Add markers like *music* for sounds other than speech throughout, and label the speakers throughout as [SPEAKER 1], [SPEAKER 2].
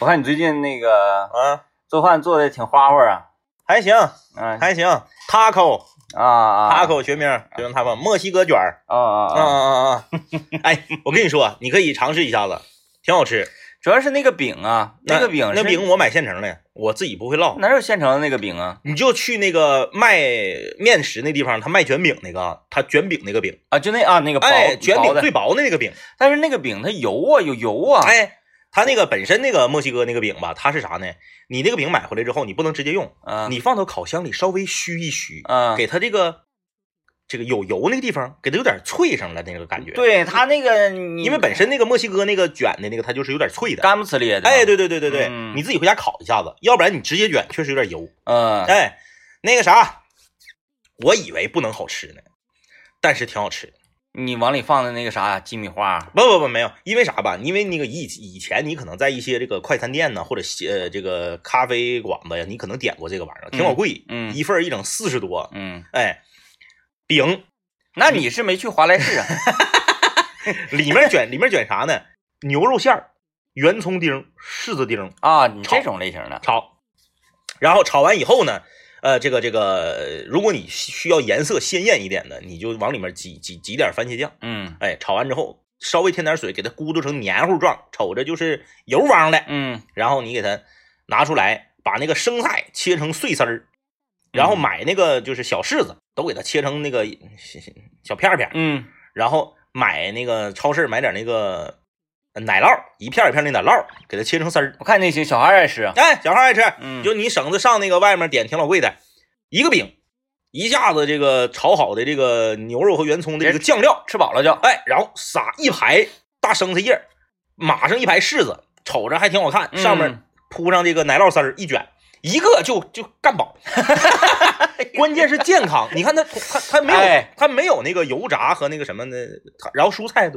[SPEAKER 1] 我看你最近那个
[SPEAKER 2] 啊，
[SPEAKER 1] 做饭做的挺花花啊，
[SPEAKER 2] 还行，
[SPEAKER 1] 嗯
[SPEAKER 2] 还行，taco
[SPEAKER 1] 啊啊
[SPEAKER 2] taco 学名就用 taco 墨西哥卷儿，
[SPEAKER 1] 啊
[SPEAKER 2] 啊
[SPEAKER 1] 啊啊！
[SPEAKER 2] 啊啊！ *laughs* 哎，我跟你说，你可以尝试一下子，挺好吃。
[SPEAKER 1] 主要是那个饼啊，
[SPEAKER 2] 那
[SPEAKER 1] 个饼
[SPEAKER 2] 那
[SPEAKER 1] 是
[SPEAKER 2] 饼我买现成的，我自己不会烙。
[SPEAKER 1] 哪有现成的那个饼啊？
[SPEAKER 2] 你就去那个卖面食那地方，他卖卷饼那个，啊他卷饼那个饼，
[SPEAKER 1] 啊，就那啊那个薄
[SPEAKER 2] 哎，卷
[SPEAKER 1] 薄
[SPEAKER 2] 饼
[SPEAKER 1] 的
[SPEAKER 2] 最，薄的那个饼，
[SPEAKER 1] 但是那个饼它油啊，有油啊。
[SPEAKER 2] 哎，他那个本身那个墨西哥那个饼吧，它是啥呢？你那个饼买回来之后，你不能直接用，
[SPEAKER 1] 啊，
[SPEAKER 2] 你放到烤箱里稍微虚一虚，
[SPEAKER 1] 啊，
[SPEAKER 2] 给它这个这个有油那个地方，给它有点脆上了那个感觉。，
[SPEAKER 1] 对它那个你
[SPEAKER 2] 因为本身那个墨西哥那个卷的那个，它就是有点脆的。
[SPEAKER 1] 干不呲咧的。
[SPEAKER 2] 哎，，对对对对对，
[SPEAKER 1] 嗯
[SPEAKER 2] 你自己回家烤一下子，要不然你直接卷确实有点油。
[SPEAKER 1] 嗯
[SPEAKER 2] 哎，那个啥，我以为不能好吃呢，但是挺好吃。
[SPEAKER 1] 你往里放的那个啥鸡米花，
[SPEAKER 2] 不不不，没有，因为啥吧？因为那个以以前你可能在一些这个快餐店呢，或者西呃这个咖啡馆子呀，你可能点过这个玩意儿，挺好贵，
[SPEAKER 1] 嗯
[SPEAKER 2] 一份儿一整四十多。
[SPEAKER 1] 嗯，
[SPEAKER 2] 哎，饼
[SPEAKER 1] 那你是没去华莱士啊？ *laughs*
[SPEAKER 2] 里面卷里面卷啥呢？牛肉馅儿、圆葱丁儿、柿子丁儿
[SPEAKER 1] 啊，你
[SPEAKER 2] 炒
[SPEAKER 1] 这种类型的，
[SPEAKER 2] 炒，然后炒完以后呢，呃，这个这个，呃如果你需要颜色鲜艳一点的，你就往里面挤挤挤点番茄酱，
[SPEAKER 1] 嗯
[SPEAKER 2] 哎，炒完之后稍微添点水，给它咕嘟成黏糊状，瞅着就是油汪的。
[SPEAKER 1] 嗯
[SPEAKER 2] 然后你给它拿出来，把那个生菜切成碎丝儿，然后
[SPEAKER 1] 嗯
[SPEAKER 2] 买那个就是小柿子，都给它切成那个小小小片儿片儿，
[SPEAKER 1] 嗯
[SPEAKER 2] 然后买那个超市买点那个呃奶酪，一片儿一片儿那奶酪，给它切成丝儿。
[SPEAKER 1] 我看那些小孩爱吃啊，
[SPEAKER 2] 哎，小孩爱吃，
[SPEAKER 1] 嗯
[SPEAKER 2] 就你省着上那个外面点挺老贵的，一个饼，一下子这个炒好的这个牛肉和圆葱的这个酱料，
[SPEAKER 1] 吃饱了就，
[SPEAKER 2] 哎，然后撒一排大生菜叶儿，码上一排柿子，瞅着还挺好看，上面
[SPEAKER 1] 嗯
[SPEAKER 2] 铺上这个奶酪丝儿一卷。一个就就干饱， *laughs* 关键是健康。你看它它它没有、
[SPEAKER 1] 哎
[SPEAKER 2] 它没有那个油炸和那个什么的，它然后蔬菜都，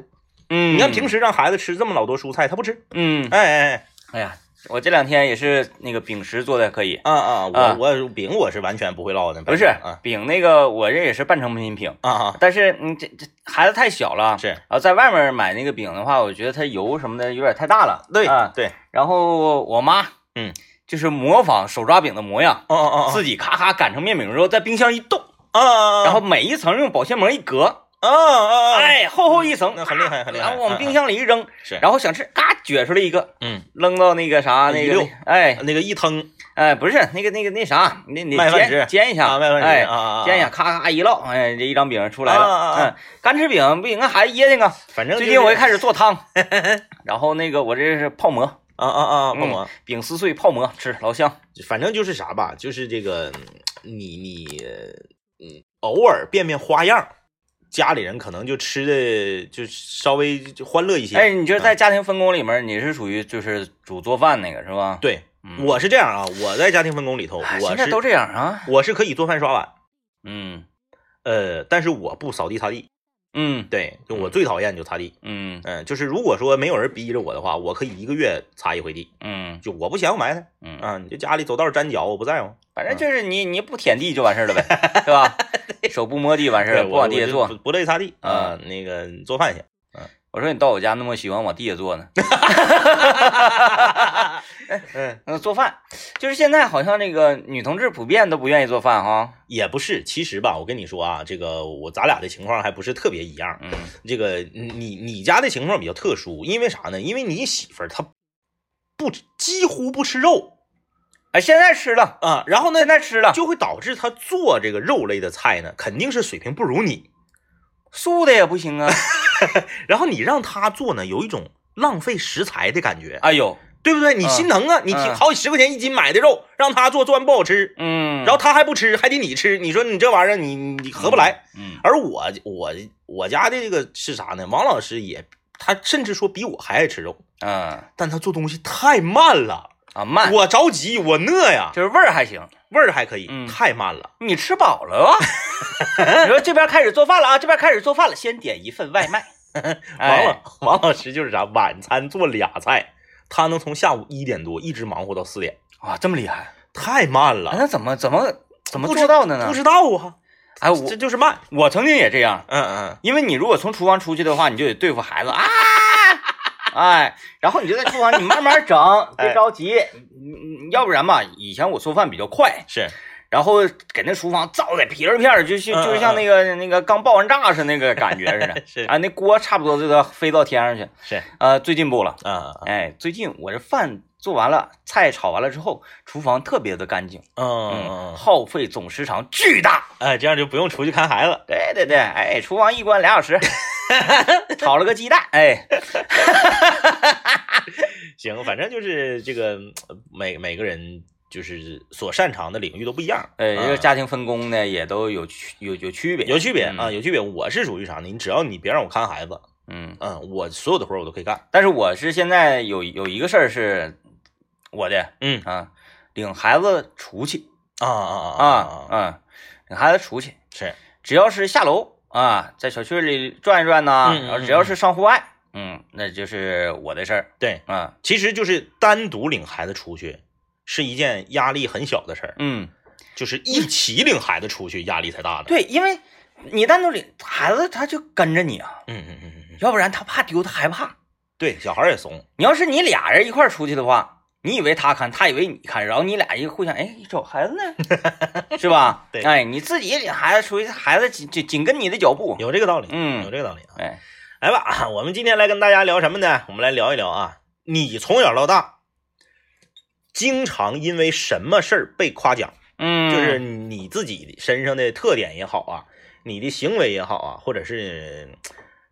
[SPEAKER 1] 嗯，
[SPEAKER 2] 你看平
[SPEAKER 1] 时，
[SPEAKER 2] 时让孩子吃这么老多蔬菜，他不吃。
[SPEAKER 1] 嗯，
[SPEAKER 2] 哎哎哎，
[SPEAKER 1] 哎呀，我这两天也是那个饼食做的可以，
[SPEAKER 2] 啊啊，
[SPEAKER 1] 啊
[SPEAKER 2] 我我饼我是完全不会烙的，
[SPEAKER 1] 不是
[SPEAKER 2] 啊
[SPEAKER 1] 饼那个我这也是半成品饼，
[SPEAKER 2] 啊啊，
[SPEAKER 1] 但是你这这孩子太小了，
[SPEAKER 2] 是
[SPEAKER 1] 然后在外面买那个饼的话，我觉得它油什么的有点太大了，
[SPEAKER 2] 对
[SPEAKER 1] 啊，
[SPEAKER 2] 对，
[SPEAKER 1] 然后我妈，
[SPEAKER 2] 嗯，
[SPEAKER 1] 就是模仿手抓饼的模样，
[SPEAKER 2] 哦哦哦
[SPEAKER 1] 自己咔咔擀成面饼之后，在冰箱一冻，
[SPEAKER 2] 哦，啊
[SPEAKER 1] 然后每一层用保鲜膜一隔，
[SPEAKER 2] 啊啊，
[SPEAKER 1] 哎，厚厚一层，
[SPEAKER 2] 那很厉害很厉害嗯
[SPEAKER 1] 然后往冰箱里一扔，
[SPEAKER 2] 是
[SPEAKER 1] 然后想吃，嘎撅出来一个，
[SPEAKER 2] 嗯，
[SPEAKER 1] 扔到那个啥那
[SPEAKER 2] 一
[SPEAKER 1] 个
[SPEAKER 2] 溜，
[SPEAKER 1] 哎
[SPEAKER 2] 那个一腾
[SPEAKER 1] 哎，不是那个那个那啥，那你
[SPEAKER 2] 麦饭
[SPEAKER 1] 煎
[SPEAKER 2] 纸
[SPEAKER 1] 煎一下，
[SPEAKER 2] 啊，外面
[SPEAKER 1] 哎
[SPEAKER 2] 啊啊，
[SPEAKER 1] 煎一下，咔咔一烙，哎，这一张饼出来了，
[SPEAKER 2] 啊啊啊
[SPEAKER 1] 嗯，干吃饼不行，俺孩子噎挺啊。
[SPEAKER 2] 反正
[SPEAKER 1] 最近我
[SPEAKER 2] 一
[SPEAKER 1] 也开始做
[SPEAKER 2] *laughs*
[SPEAKER 1] 汤，然后那个我这是泡馍，
[SPEAKER 2] 啊啊啊，不
[SPEAKER 1] 嗯
[SPEAKER 2] 管，
[SPEAKER 1] 饼撕碎泡馍吃，老香。
[SPEAKER 2] 反正就是啥吧，就是这个嗯你你嗯偶尔变变花样儿，家里人可能就吃的就稍微就欢乐一些。
[SPEAKER 1] 哎，你觉得在家庭分工里面，你是属于就是主做饭那个是吧？
[SPEAKER 2] 对，
[SPEAKER 1] 嗯
[SPEAKER 2] 我是这样啊，我在家庭分工里头，
[SPEAKER 1] 哎
[SPEAKER 2] 我
[SPEAKER 1] 现在都
[SPEAKER 2] 是
[SPEAKER 1] 这样啊。
[SPEAKER 2] 我是可以做饭刷碗，
[SPEAKER 1] 嗯
[SPEAKER 2] 呃，但是我不扫地擦地。
[SPEAKER 1] 嗯
[SPEAKER 2] 对，就我最讨厌就擦地。
[SPEAKER 1] 嗯
[SPEAKER 2] 嗯，就是如果说没有人逼着我的话，我可以一个月擦一回地，
[SPEAKER 1] 嗯
[SPEAKER 2] 就我不嫌我埋汰
[SPEAKER 1] 嗯，
[SPEAKER 2] 啊，你就家里走道儿粘脚，我不在乎。
[SPEAKER 1] 反正就是你你不舔地就完事儿
[SPEAKER 2] *laughs*
[SPEAKER 1] 了呗，是吧？手不摸地完事儿
[SPEAKER 2] 对
[SPEAKER 1] 了，不
[SPEAKER 2] 我
[SPEAKER 1] 往地下
[SPEAKER 2] 我就
[SPEAKER 1] 坐。
[SPEAKER 2] 不不乐意擦地啊，那个做
[SPEAKER 1] *laughs*
[SPEAKER 2] 饭去。
[SPEAKER 1] 我说你到我家那么喜欢往地下坐呢？ *laughs*
[SPEAKER 2] 嗯，
[SPEAKER 1] 嗯，做饭就是现在好像那个女同志普遍都不愿意做饭哈。
[SPEAKER 2] 也不是，其实吧，我跟你说啊，这个我咱俩的情况还不是特别一样。
[SPEAKER 1] 嗯
[SPEAKER 2] 这个你你家的情况比较特殊，因为啥呢？因为你媳妇儿她不几乎不吃肉
[SPEAKER 1] 哎，现在吃了，
[SPEAKER 2] 啊，然后呢
[SPEAKER 1] 现在吃了，
[SPEAKER 2] 就会导致她做这个肉类的菜呢，肯定是水平不如你。
[SPEAKER 1] 素的也不行啊。 *laughs*
[SPEAKER 2] 然后你让她做呢，有一种浪费食材的感觉，
[SPEAKER 1] 哎呦，
[SPEAKER 2] 对不对？你
[SPEAKER 1] 嗯
[SPEAKER 2] 心疼啊啊，你
[SPEAKER 1] 嗯
[SPEAKER 2] 好几十块钱一斤买的肉，让她做，做完不好吃，
[SPEAKER 1] 嗯，
[SPEAKER 2] 然后她还不吃，还得你吃，你说你这玩意儿你你合不来。
[SPEAKER 1] 嗯，
[SPEAKER 2] 而我我我家的这个是啥呢？王老师也，他甚至说比我还爱吃肉，
[SPEAKER 1] 嗯啊
[SPEAKER 2] 但他做东西太慢了，
[SPEAKER 1] 啊慢，
[SPEAKER 2] 我着急，我饿呀，
[SPEAKER 1] 就是味儿还行。
[SPEAKER 2] 味儿还可以，
[SPEAKER 1] 嗯
[SPEAKER 2] 太慢了。
[SPEAKER 1] 你吃饱了吧？ *laughs* 你说这边开始做饭了啊，这边开始做饭了，先点一份外
[SPEAKER 2] *laughs*
[SPEAKER 1] 卖。
[SPEAKER 2] 王
[SPEAKER 1] 哎
[SPEAKER 2] 老、王老师就是啥，晚餐做俩菜，他能从下午一点多一直忙活到四点，
[SPEAKER 1] 啊，这么厉害？哎
[SPEAKER 2] 太慢了，
[SPEAKER 1] 那怎么怎么怎么
[SPEAKER 2] 不
[SPEAKER 1] 做
[SPEAKER 2] 知
[SPEAKER 1] 到的呢
[SPEAKER 2] 不？知道啊，
[SPEAKER 1] 哎，我
[SPEAKER 2] 这就是慢。
[SPEAKER 1] 我曾经也这样，
[SPEAKER 2] 嗯嗯， *laughs*
[SPEAKER 1] 因为你如果从厨房出去的话，你就得对付孩子啊，哎，然后你就在厨房，你慢慢整，
[SPEAKER 2] *laughs* 哎
[SPEAKER 1] 别着急，嗯要不然吧，以前我做饭比较快，
[SPEAKER 2] 是
[SPEAKER 1] 然后给那厨房造的皮儿片儿，就就
[SPEAKER 2] 嗯，
[SPEAKER 1] 就像那个那个刚爆完炸似的那个感觉似的
[SPEAKER 2] *laughs* 是
[SPEAKER 1] 啊，那锅差不多就要飞到天上去。
[SPEAKER 2] 是
[SPEAKER 1] 呃，最进步了，
[SPEAKER 2] 啊啊
[SPEAKER 1] 哎，最近我这饭做完了，菜炒完了之后，厨房特别的干净，
[SPEAKER 2] 嗯嗯
[SPEAKER 1] 耗费总时长巨大。
[SPEAKER 2] 哎，这样就不用出去看孩子了。
[SPEAKER 1] 对对对，哎，厨房一关俩小 *laughs* 时，炒了个鸡蛋，哎，
[SPEAKER 2] 行，反正就是这个呃每每个人就是所擅长的领域都不一样，
[SPEAKER 1] 呃，
[SPEAKER 2] 啊
[SPEAKER 1] 这个家庭分工呢也都有区有有区别，
[SPEAKER 2] 有区别
[SPEAKER 1] 嗯
[SPEAKER 2] 啊，有区别。我是属于啥呢？你只要你别让我看孩子，
[SPEAKER 1] 嗯，
[SPEAKER 2] 嗯，我所有的活儿我都可以干。
[SPEAKER 1] 但是我是现在有有一个事儿是我的
[SPEAKER 2] 嗯
[SPEAKER 1] 啊，领孩子出去
[SPEAKER 2] 啊啊啊
[SPEAKER 1] 啊啊，领孩子出去，
[SPEAKER 2] 是
[SPEAKER 1] 只要是下楼啊，在小区里转一转呐、
[SPEAKER 2] 嗯嗯
[SPEAKER 1] 然后
[SPEAKER 2] 嗯
[SPEAKER 1] 只要是上户外，嗯，那就是我的事儿
[SPEAKER 2] 对，
[SPEAKER 1] 啊，
[SPEAKER 2] 其实就是单独领孩子出去是一件压力很小的事儿，
[SPEAKER 1] 嗯，
[SPEAKER 2] 就是一起领孩子出去压力才大呢。，
[SPEAKER 1] 对，因为你单独领孩子，他就跟着你啊，
[SPEAKER 2] 嗯嗯嗯嗯嗯，
[SPEAKER 1] 要不然他怕丢，他害怕。
[SPEAKER 2] 对，小孩儿也怂，
[SPEAKER 1] 你要是你俩人一块儿出去的话，你以为他看，他以为你看，然后你俩一互相，哎，找孩子呢，
[SPEAKER 2] *laughs*
[SPEAKER 1] 是吧？
[SPEAKER 2] 对
[SPEAKER 1] 哎，你自己领孩子出去，孩子紧紧紧跟你的脚步，
[SPEAKER 2] 有这个道理，
[SPEAKER 1] 嗯
[SPEAKER 2] 有这个道理啊。
[SPEAKER 1] 哎，
[SPEAKER 2] 来吧，我们今天来跟大家聊什么呢？我们来聊一聊啊，你从小到大经常因为什么事儿被夸奖？
[SPEAKER 1] 嗯，
[SPEAKER 2] 就是你自己身上的特点也好啊，你的行为也好啊，或者是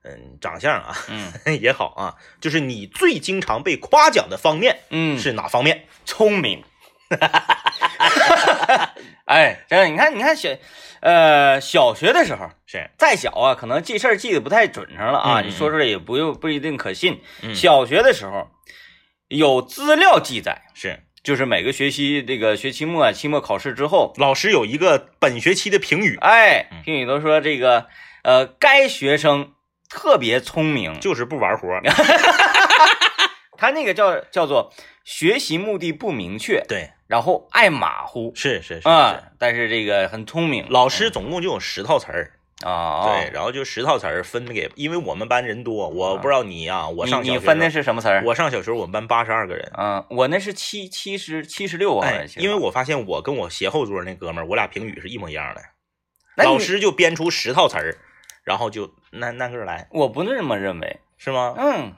[SPEAKER 2] 嗯长相啊 *laughs*
[SPEAKER 1] 嗯
[SPEAKER 2] 也好啊，就是你最经常被夸奖的方面
[SPEAKER 1] 嗯，
[SPEAKER 2] 是哪方面？
[SPEAKER 1] 聪明。哎，真的，你看，你看小，呃，小学的时候，
[SPEAKER 2] 是
[SPEAKER 1] 再小啊，可能记事儿记得不太准成了啊，
[SPEAKER 2] 嗯嗯
[SPEAKER 1] 你说出来也不用不一定可信。
[SPEAKER 2] 嗯
[SPEAKER 1] 小学的时候，有资料记载，
[SPEAKER 2] 是，
[SPEAKER 1] 就是每个学期这个学期末啊、期末考试之后，
[SPEAKER 2] 老师有一个本学期的评语，
[SPEAKER 1] 哎
[SPEAKER 2] 嗯，
[SPEAKER 1] 评语都说这个，呃，该学生特别聪明，
[SPEAKER 2] 就是不
[SPEAKER 1] *laughs*
[SPEAKER 2] 玩活儿。
[SPEAKER 1] 他那个叫叫做学习目的不明确，
[SPEAKER 2] 对，
[SPEAKER 1] 然后爱马虎
[SPEAKER 2] 是是是是，
[SPEAKER 1] 啊，嗯但是这个很聪明
[SPEAKER 2] 老师总共就有十套词儿。
[SPEAKER 1] 啊，
[SPEAKER 2] 对，，然后就十套词儿分给，因为我们班人多，我不知道你啊，我上
[SPEAKER 1] 你
[SPEAKER 2] 小
[SPEAKER 1] 你
[SPEAKER 2] 学
[SPEAKER 1] 分的
[SPEAKER 2] 时
[SPEAKER 1] 是什么词
[SPEAKER 2] 候
[SPEAKER 1] 儿？
[SPEAKER 2] 我上小学时候我们班八十二个人，
[SPEAKER 1] 嗯，我那是七七十七十六，好
[SPEAKER 2] 哎
[SPEAKER 1] 像，是吧
[SPEAKER 2] 因为我发现我跟我斜后桌那哥们儿，我俩评语是一模一样的，
[SPEAKER 1] 那你
[SPEAKER 2] 老师就编出十套词儿，然后就那那个儿来，
[SPEAKER 1] 我不这么认为，
[SPEAKER 2] 是吗？
[SPEAKER 1] 嗯。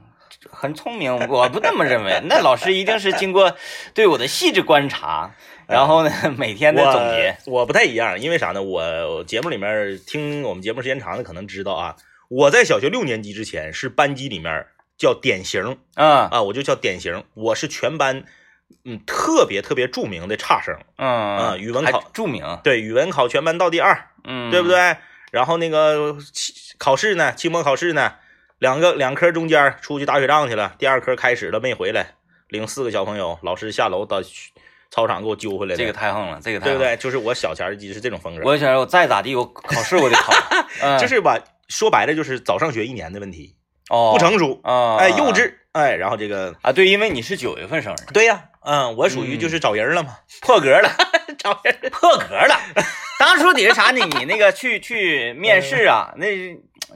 [SPEAKER 1] 很聪明，我不这么认为。 *laughs* 那老师一定是经过对我的细致观
[SPEAKER 2] *laughs*
[SPEAKER 1] 察，
[SPEAKER 2] 哎
[SPEAKER 1] 然后呢，每天的总结。
[SPEAKER 2] 我我不太一样，因为啥呢？我我节目里面听我们节目时间长的可能知道啊，我在小学六年级之前是班级里面叫典型
[SPEAKER 1] 嗯
[SPEAKER 2] 啊，我就叫典型，我是全班嗯特别特别著名的差生，
[SPEAKER 1] 嗯
[SPEAKER 2] 啊语文
[SPEAKER 1] 还
[SPEAKER 2] 考
[SPEAKER 1] 著名，
[SPEAKER 2] 对，语文考全班倒第二，
[SPEAKER 1] 嗯，
[SPEAKER 2] 对不？对？然后那个期考试呢，期末考试呢，两个两科中间儿出去打雪仗去了，第二科开始了没回来，领四个小朋友，老师下楼到去操场给我揪回来的
[SPEAKER 1] 这个太横了，这个太
[SPEAKER 2] 对
[SPEAKER 1] 横
[SPEAKER 2] 不
[SPEAKER 1] 了？
[SPEAKER 2] 对？就是我小前儿记是这种风格，
[SPEAKER 1] 我想我再咋地，我考试我得考，
[SPEAKER 2] *laughs*
[SPEAKER 1] 嗯
[SPEAKER 2] 就是吧，说白了就是早上学一年的问题，
[SPEAKER 1] 哦
[SPEAKER 2] 不成熟，
[SPEAKER 1] 啊，
[SPEAKER 2] 哎，幼稚，哎，然后这个
[SPEAKER 1] 啊，对，因为你是九月份生日，
[SPEAKER 2] 对呀、嗯，我属于就是找
[SPEAKER 1] *laughs*
[SPEAKER 2] 人了嘛，
[SPEAKER 1] 破格了，
[SPEAKER 2] 找人
[SPEAKER 1] 破格
[SPEAKER 2] *laughs*
[SPEAKER 1] 了。当初得是啥呢？你那个去去面试啊，那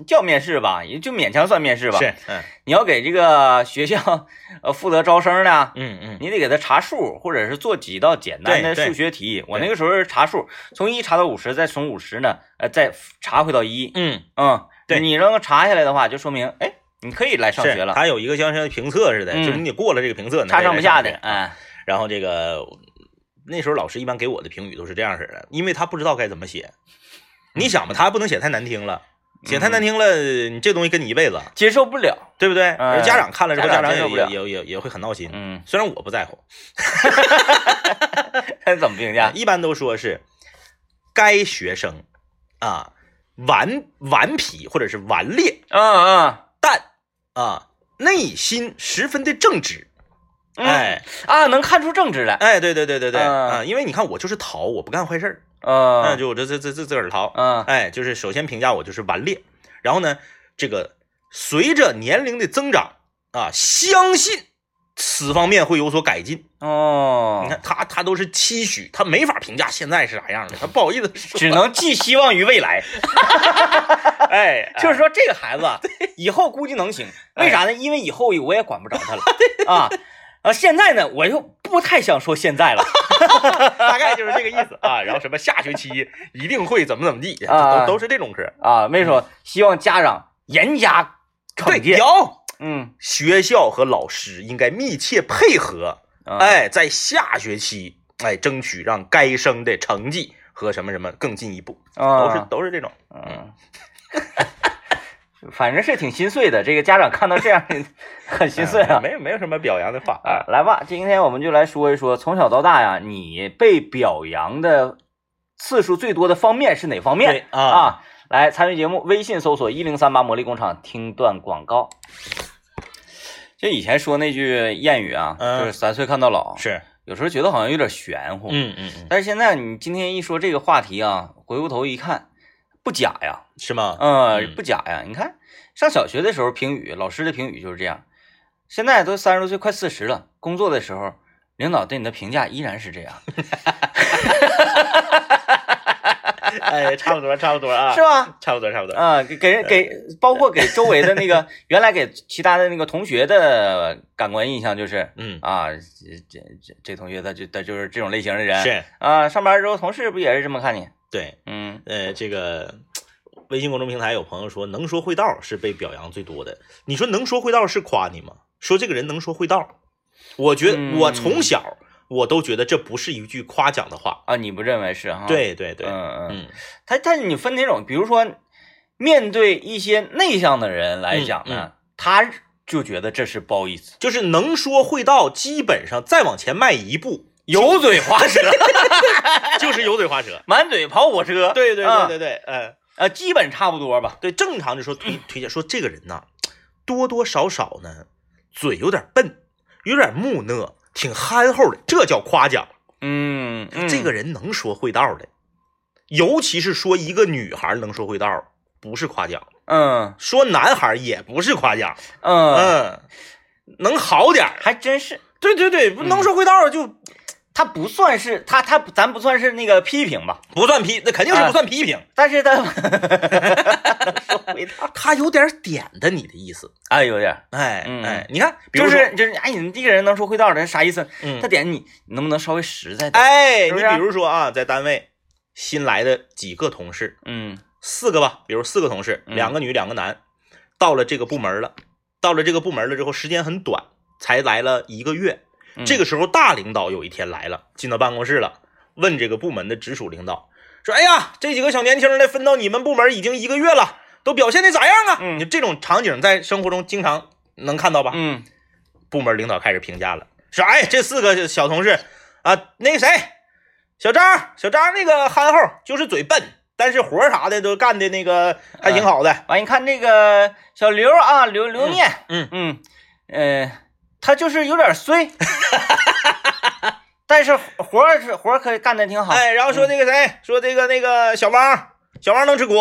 [SPEAKER 1] 叫面试吧，也就勉强算面试吧。
[SPEAKER 2] 嗯是，嗯
[SPEAKER 1] 你要给这个学校呃负责招生的，
[SPEAKER 2] 嗯嗯，
[SPEAKER 1] 你得给他查数，或者是做几道简单的
[SPEAKER 2] 对对
[SPEAKER 1] 数学题。我那个时候是查数，从一查到五十，再从五十呢，呃，再查回到一。
[SPEAKER 2] 嗯，
[SPEAKER 1] 嗯，
[SPEAKER 2] 对
[SPEAKER 1] 你能够查下来的话，就说明哎，你可以来上学
[SPEAKER 2] 是，
[SPEAKER 1] 了，
[SPEAKER 2] 它有一个像像评测似的，
[SPEAKER 1] 嗯
[SPEAKER 2] 就是你得过了这个评测，你才
[SPEAKER 1] 差上不下的，
[SPEAKER 2] 能上学嗯
[SPEAKER 1] 哎，
[SPEAKER 2] 然后这个那时候老师一般给我的评语都是这样式的，因为他不知道该怎么写。你想吧，
[SPEAKER 1] 嗯
[SPEAKER 2] 他不能写太难听了，写太难听了，你这东西跟你一辈子，
[SPEAKER 1] 接受不了。
[SPEAKER 2] 对不对？
[SPEAKER 1] 哎
[SPEAKER 2] 家长看了之后，
[SPEAKER 1] 家
[SPEAKER 2] 家
[SPEAKER 1] 长
[SPEAKER 2] 长
[SPEAKER 1] 接受不
[SPEAKER 2] 也
[SPEAKER 1] 了
[SPEAKER 2] 也也也会很闹心。
[SPEAKER 1] 嗯，
[SPEAKER 2] 虽然我不在乎，
[SPEAKER 1] 嗯 *laughs* 怎么评价？
[SPEAKER 2] 一般都说是该学生啊顽顽皮或者是顽劣，
[SPEAKER 1] 嗯
[SPEAKER 2] 但啊内心十分的正直。
[SPEAKER 1] 嗯
[SPEAKER 2] 哎
[SPEAKER 1] 嗯啊，能看出政治来。
[SPEAKER 2] 哎，对对对对对
[SPEAKER 1] 嗯
[SPEAKER 2] 啊，因为你看我就是淘，我不干坏事儿，那
[SPEAKER 1] 嗯
[SPEAKER 2] 就我这这这这自个儿淘。
[SPEAKER 1] 嗯
[SPEAKER 2] 哎，就是首先评价我就是顽劣，然后呢，这个随着年龄的增长啊，相信此方面会有所改进。
[SPEAKER 1] 哦，
[SPEAKER 2] 你看他他都是期许，他没法评价现在是啥样的，他不好意思说。
[SPEAKER 1] 只能寄希望于未来。
[SPEAKER 2] *laughs* 哎，
[SPEAKER 1] 就是是说这个孩
[SPEAKER 2] *laughs*
[SPEAKER 1] 子啊以后估计能行，为啥呢？因为以后我也管不着
[SPEAKER 2] *laughs*
[SPEAKER 1] 他了啊。啊，现在呢，我又不太想说现
[SPEAKER 2] *laughs*
[SPEAKER 1] 在了
[SPEAKER 2] 大概就是这个意思啊。然后什么下学期一定会怎么怎么地，
[SPEAKER 1] 啊
[SPEAKER 2] 都都是这种嗑。
[SPEAKER 1] 啊。为什么？希望家长严加
[SPEAKER 2] 嗯对，
[SPEAKER 1] 惩戒。
[SPEAKER 2] 有
[SPEAKER 1] 嗯，
[SPEAKER 2] 学校和老师应该密切配合，
[SPEAKER 1] 啊，
[SPEAKER 2] 哎，在下学期，哎，争取让该生的成绩和什么什么更进一步，都是
[SPEAKER 1] 啊，
[SPEAKER 2] 都是这种。
[SPEAKER 1] 嗯，反正是挺心碎的。这个家长看到这 *laughs* 样，很心碎啊
[SPEAKER 2] 哎。没有没有什么表扬的话
[SPEAKER 1] 啊
[SPEAKER 2] 啊，，
[SPEAKER 1] 来吧，今天我们就来说一说从小到大呀，你被表扬的次数最多的方面是哪方面
[SPEAKER 2] 对啊
[SPEAKER 1] 啊？来参与节目，微信搜索一零三八魔力工厂，听段广告。就以前说那句谚语啊，
[SPEAKER 2] 嗯
[SPEAKER 1] 就是三岁看到老，
[SPEAKER 2] 是，
[SPEAKER 1] 有时候觉得好像有点玄乎，
[SPEAKER 2] 嗯嗯嗯，
[SPEAKER 1] 但是现在你今天一说这个话题啊，回过头一看，不假呀，
[SPEAKER 2] 是
[SPEAKER 1] *laughs*
[SPEAKER 2] 吗？
[SPEAKER 1] 嗯，
[SPEAKER 2] 嗯
[SPEAKER 1] 不假呀。你看上小学的时候评语，老师的评语就是这样。现在都三十多岁，快四十了，工作的时候，领导对你的评价依然是这样，
[SPEAKER 2] 哎，差不多差不多啊，
[SPEAKER 1] 是吧？
[SPEAKER 2] 差不多差不多。
[SPEAKER 1] 啊、给给人给，包括给周围的那个原来给其他的那个同学的感官印象就是
[SPEAKER 2] 嗯，
[SPEAKER 1] 啊，这这这这同学他就他就是这种类型的人，
[SPEAKER 2] 是
[SPEAKER 1] 啊，上班之后同事不也是这么看你？
[SPEAKER 2] 对，
[SPEAKER 1] 嗯，
[SPEAKER 2] 呃，这个微信公众平台有朋友说，能说会道是被表扬最多的。你说能说会道是夸你吗？说这个人能说会道，我觉得
[SPEAKER 1] 嗯
[SPEAKER 2] 我从小我都觉得这不是一句夸奖的话。
[SPEAKER 1] 啊，你不认为是哈？，
[SPEAKER 2] 对对对，
[SPEAKER 1] 嗯嗯，
[SPEAKER 2] 嗯，
[SPEAKER 1] 他他你分哪种？比如说，面对一些内向的人来
[SPEAKER 2] 嗯
[SPEAKER 1] 讲呢，他就觉得这是褒义词，
[SPEAKER 2] 就是能说会道，基本上再往前迈
[SPEAKER 1] *laughs*
[SPEAKER 2] 一步
[SPEAKER 1] 油嘴滑舌，。
[SPEAKER 2] 就是油嘴滑舌
[SPEAKER 1] *laughs* 满嘴跑火车。
[SPEAKER 2] 对对
[SPEAKER 1] 啊
[SPEAKER 2] 对对对，呃，
[SPEAKER 1] 呃，基本差不多吧。
[SPEAKER 2] 对，正常就说推推荐说这个人呐，多多少少呢，嘴有点笨，有点木讷，挺憨厚的，这叫夸奖。
[SPEAKER 1] 嗯，嗯
[SPEAKER 2] 这个人能说会道的，尤其是说一个女孩能说会道，不是夸奖；
[SPEAKER 1] 嗯
[SPEAKER 2] 说男孩也不是夸奖，
[SPEAKER 1] 嗯，
[SPEAKER 2] 嗯，能好点儿。嗯
[SPEAKER 1] 还真是，
[SPEAKER 2] 对对对，不能说会道就
[SPEAKER 1] 他不算是他他咱不算是那个批评吧，
[SPEAKER 2] 不算批，那肯定是不算批评。
[SPEAKER 1] 但是
[SPEAKER 2] *laughs*
[SPEAKER 1] 他说回答，
[SPEAKER 2] 他有点点的你的意思，
[SPEAKER 1] 哎，有点儿，
[SPEAKER 2] 哎
[SPEAKER 1] 嗯
[SPEAKER 2] 哎，你看，比
[SPEAKER 1] 就
[SPEAKER 2] 如说，
[SPEAKER 1] 是就是，哎，你这个人能说会道的啥意思？
[SPEAKER 2] 嗯
[SPEAKER 1] 他点你，你能不能稍微实在点？
[SPEAKER 2] 哎，
[SPEAKER 1] 是不
[SPEAKER 2] 你
[SPEAKER 1] 是
[SPEAKER 2] 比如说啊，在单位新来的几个同事，
[SPEAKER 1] 嗯
[SPEAKER 2] 四个吧，比如四个同事，
[SPEAKER 1] 嗯
[SPEAKER 2] 两个女，两个男，到了这个部门了，到了这个部门了之后，时间很短，才来了一个月。
[SPEAKER 1] 嗯
[SPEAKER 2] 这个时候，大领导有一天来了，进到办公室了，问这个部门的直属领导说：“哎呀，这几个小年轻的分到你们部门已经一个月了，都表现的咋样啊？”
[SPEAKER 1] 嗯
[SPEAKER 2] 你这种场景在生活中经常能看到吧？
[SPEAKER 1] 嗯
[SPEAKER 2] 部门领导开始评价了，说：“哎，这四个小同事啊，那个谁，小张，小张那个憨厚，就是嘴笨，但是活儿啥的都干的那个
[SPEAKER 1] 哎
[SPEAKER 2] 还挺好的。
[SPEAKER 1] 啊完，你看这个小刘啊，刘刘念，
[SPEAKER 2] 嗯
[SPEAKER 1] 嗯嗯、呃，他就是有点
[SPEAKER 2] *laughs*
[SPEAKER 1] 衰，但是活儿是活儿可以干的挺好。嗯
[SPEAKER 2] 哎，然后说那个谁，说这个那个小王，小王能吃苦，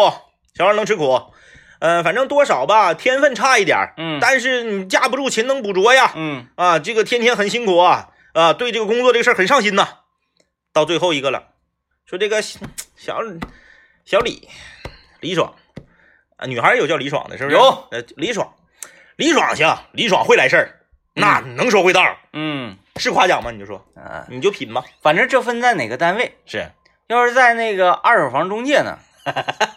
[SPEAKER 2] 小王能吃苦，嗯、反正多少吧，天分差一点儿，
[SPEAKER 1] 嗯
[SPEAKER 2] 但是你架不住勤能补拙呀，
[SPEAKER 1] 嗯
[SPEAKER 2] 啊，这个天天很辛苦啊，啊，对这个工作这个事儿很上心呐、到最后一个了，说这个小小小李李爽啊，女孩儿有叫李爽的，是不是？
[SPEAKER 1] 有，
[SPEAKER 2] 呃，李爽，李爽行，李爽会来事儿，那能说会道儿，
[SPEAKER 1] 嗯
[SPEAKER 2] 是夸奖吗？你就说，
[SPEAKER 1] 啊，
[SPEAKER 2] 你就品吧，
[SPEAKER 1] 反正这分在哪个单位，
[SPEAKER 2] 是
[SPEAKER 1] 要是在那个二手房中介
[SPEAKER 2] *laughs*
[SPEAKER 1] 呢，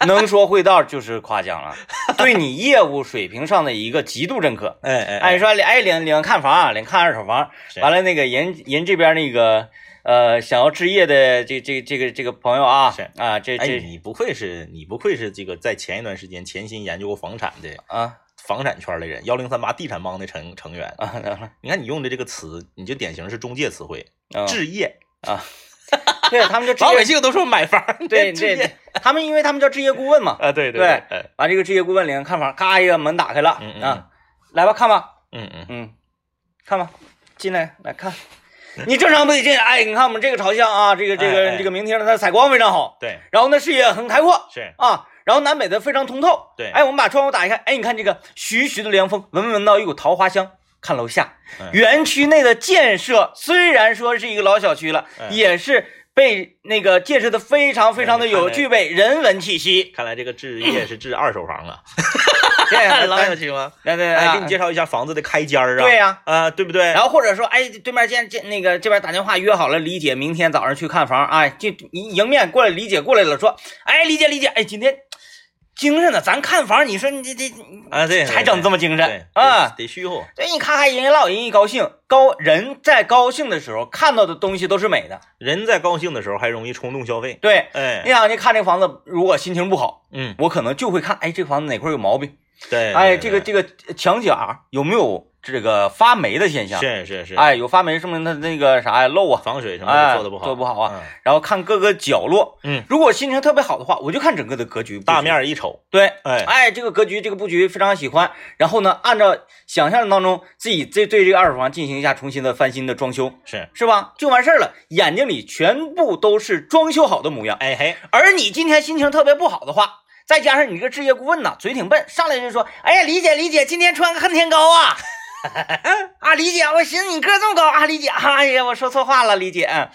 [SPEAKER 1] 能说会道就是夸奖了，对你业务水平上的一个极度认可。
[SPEAKER 2] 哎哎
[SPEAKER 1] 哎，说哎领领看房啊，领看二手房，
[SPEAKER 2] 是
[SPEAKER 1] 完了那个人人这边那个呃想要置业的这这这个这个朋友啊
[SPEAKER 2] 是
[SPEAKER 1] 啊这
[SPEAKER 2] 哎，
[SPEAKER 1] 这
[SPEAKER 2] 你不愧是你不愧是这个在前一段时间潜心研究过房产的
[SPEAKER 1] 啊
[SPEAKER 2] 房产圈的人，幺零三八地产帮的成成员。
[SPEAKER 1] 啊等会
[SPEAKER 2] 你看你用的这个词，你就典型是中介词汇，
[SPEAKER 1] 儿
[SPEAKER 2] 置业。
[SPEAKER 1] 嗯对
[SPEAKER 2] *laughs*
[SPEAKER 1] 他们就置
[SPEAKER 2] 老百
[SPEAKER 1] 业
[SPEAKER 2] 姓都说买房， *laughs*
[SPEAKER 1] 对
[SPEAKER 2] 置
[SPEAKER 1] 对
[SPEAKER 2] 业
[SPEAKER 1] 对，他们因为他们叫置业顾问嘛，
[SPEAKER 2] 啊，对
[SPEAKER 1] 对
[SPEAKER 2] 哎
[SPEAKER 1] 完这个置业顾问领看房，咔一个门打开了
[SPEAKER 2] 嗯嗯
[SPEAKER 1] 啊，来吧看吧，
[SPEAKER 2] 嗯嗯，
[SPEAKER 1] 嗯，看吧，进来来
[SPEAKER 2] *laughs*
[SPEAKER 1] 看。你正常不得进，哎，你看我们这个朝向啊，这个这
[SPEAKER 2] 哎哎
[SPEAKER 1] 个这个明厅，它采光非常好，
[SPEAKER 2] 对，
[SPEAKER 1] 然后呢视野很开阔，
[SPEAKER 2] 是
[SPEAKER 1] 啊，然后南北的非常通透。
[SPEAKER 2] 对
[SPEAKER 1] 哎，我们把窗户打开，哎，你看这个徐徐的凉风，闻闻到一股桃花香。看楼下
[SPEAKER 2] 嗯，
[SPEAKER 1] 园区内的建设虽然说是一个老小区了，
[SPEAKER 2] 嗯
[SPEAKER 1] 也是被那个介绍的非常非常的有
[SPEAKER 2] 哎看来
[SPEAKER 1] 具备人文气
[SPEAKER 2] *laughs*
[SPEAKER 1] 息。
[SPEAKER 2] 看来这个置业是置二手房 *clears throat* 了，
[SPEAKER 1] 对
[SPEAKER 2] *laughs*
[SPEAKER 1] 呀，
[SPEAKER 2] 啊老有
[SPEAKER 1] 咱
[SPEAKER 2] 趣吗？
[SPEAKER 1] 对对
[SPEAKER 2] 哎，给你
[SPEAKER 1] 对，
[SPEAKER 2] 介绍一下房子的开间儿
[SPEAKER 1] 啊
[SPEAKER 2] 啊，
[SPEAKER 1] 对呀。
[SPEAKER 2] 啊，对不对？
[SPEAKER 1] 然后或者说，哎，对面见见那个这边打电话约好了，李姐明天早上去看房，哎，就迎迎面过来，李姐过来了，说，哎，李姐李姐，哎，今天精神呢，咱看房，你说你这这
[SPEAKER 2] 啊，对，
[SPEAKER 1] 还整这么精
[SPEAKER 2] 对
[SPEAKER 1] 神啊？，
[SPEAKER 2] 得得虚乎，
[SPEAKER 1] 对，你看看人家老人一高兴，高人在高兴的时候看到的东西都是美的。
[SPEAKER 2] 人在高兴的时候还容易冲动消费，
[SPEAKER 1] 对，你
[SPEAKER 2] 哎，
[SPEAKER 1] 想，你看这房子，如果心情不好，
[SPEAKER 2] 嗯，
[SPEAKER 1] 我可能就会看，哎，这房子哪块有毛病，
[SPEAKER 2] 对，
[SPEAKER 1] 哎，
[SPEAKER 2] 对
[SPEAKER 1] 这个
[SPEAKER 2] 对
[SPEAKER 1] 这个墙角有没有这个发霉的现象？
[SPEAKER 2] 是是是，，
[SPEAKER 1] 哎，有发霉，说明它那个啥呀漏啊，
[SPEAKER 2] 防水什么
[SPEAKER 1] 哎，
[SPEAKER 2] 的做的不好，
[SPEAKER 1] 做得不好啊。
[SPEAKER 2] 嗯，
[SPEAKER 1] 然后看各个角落，
[SPEAKER 2] 嗯，
[SPEAKER 1] 如果心情特别好的话，我就看整个的格局布局
[SPEAKER 2] 大面。儿一瞅，
[SPEAKER 1] 对，
[SPEAKER 2] 哎
[SPEAKER 1] 哎，这个格局，这个布局非常喜欢。然后呢，按照想象当中，自己这对这个二手房进行一下重新的翻新的装修。
[SPEAKER 2] 是，
[SPEAKER 1] 是吧？就完事儿了，眼睛里全部都是装修好的模样。
[SPEAKER 2] 哎嘿，
[SPEAKER 1] 而你今天心情特别不好的话，再加上你这个置业顾问呐，嘴挺笨，上来就说：“哎呀，李姐，李姐，今天穿个恨天高啊！” *laughs* 啊，李姐，我寻思你个儿这么高啊，李姐，哎呀，我说错话了，李姐。嗯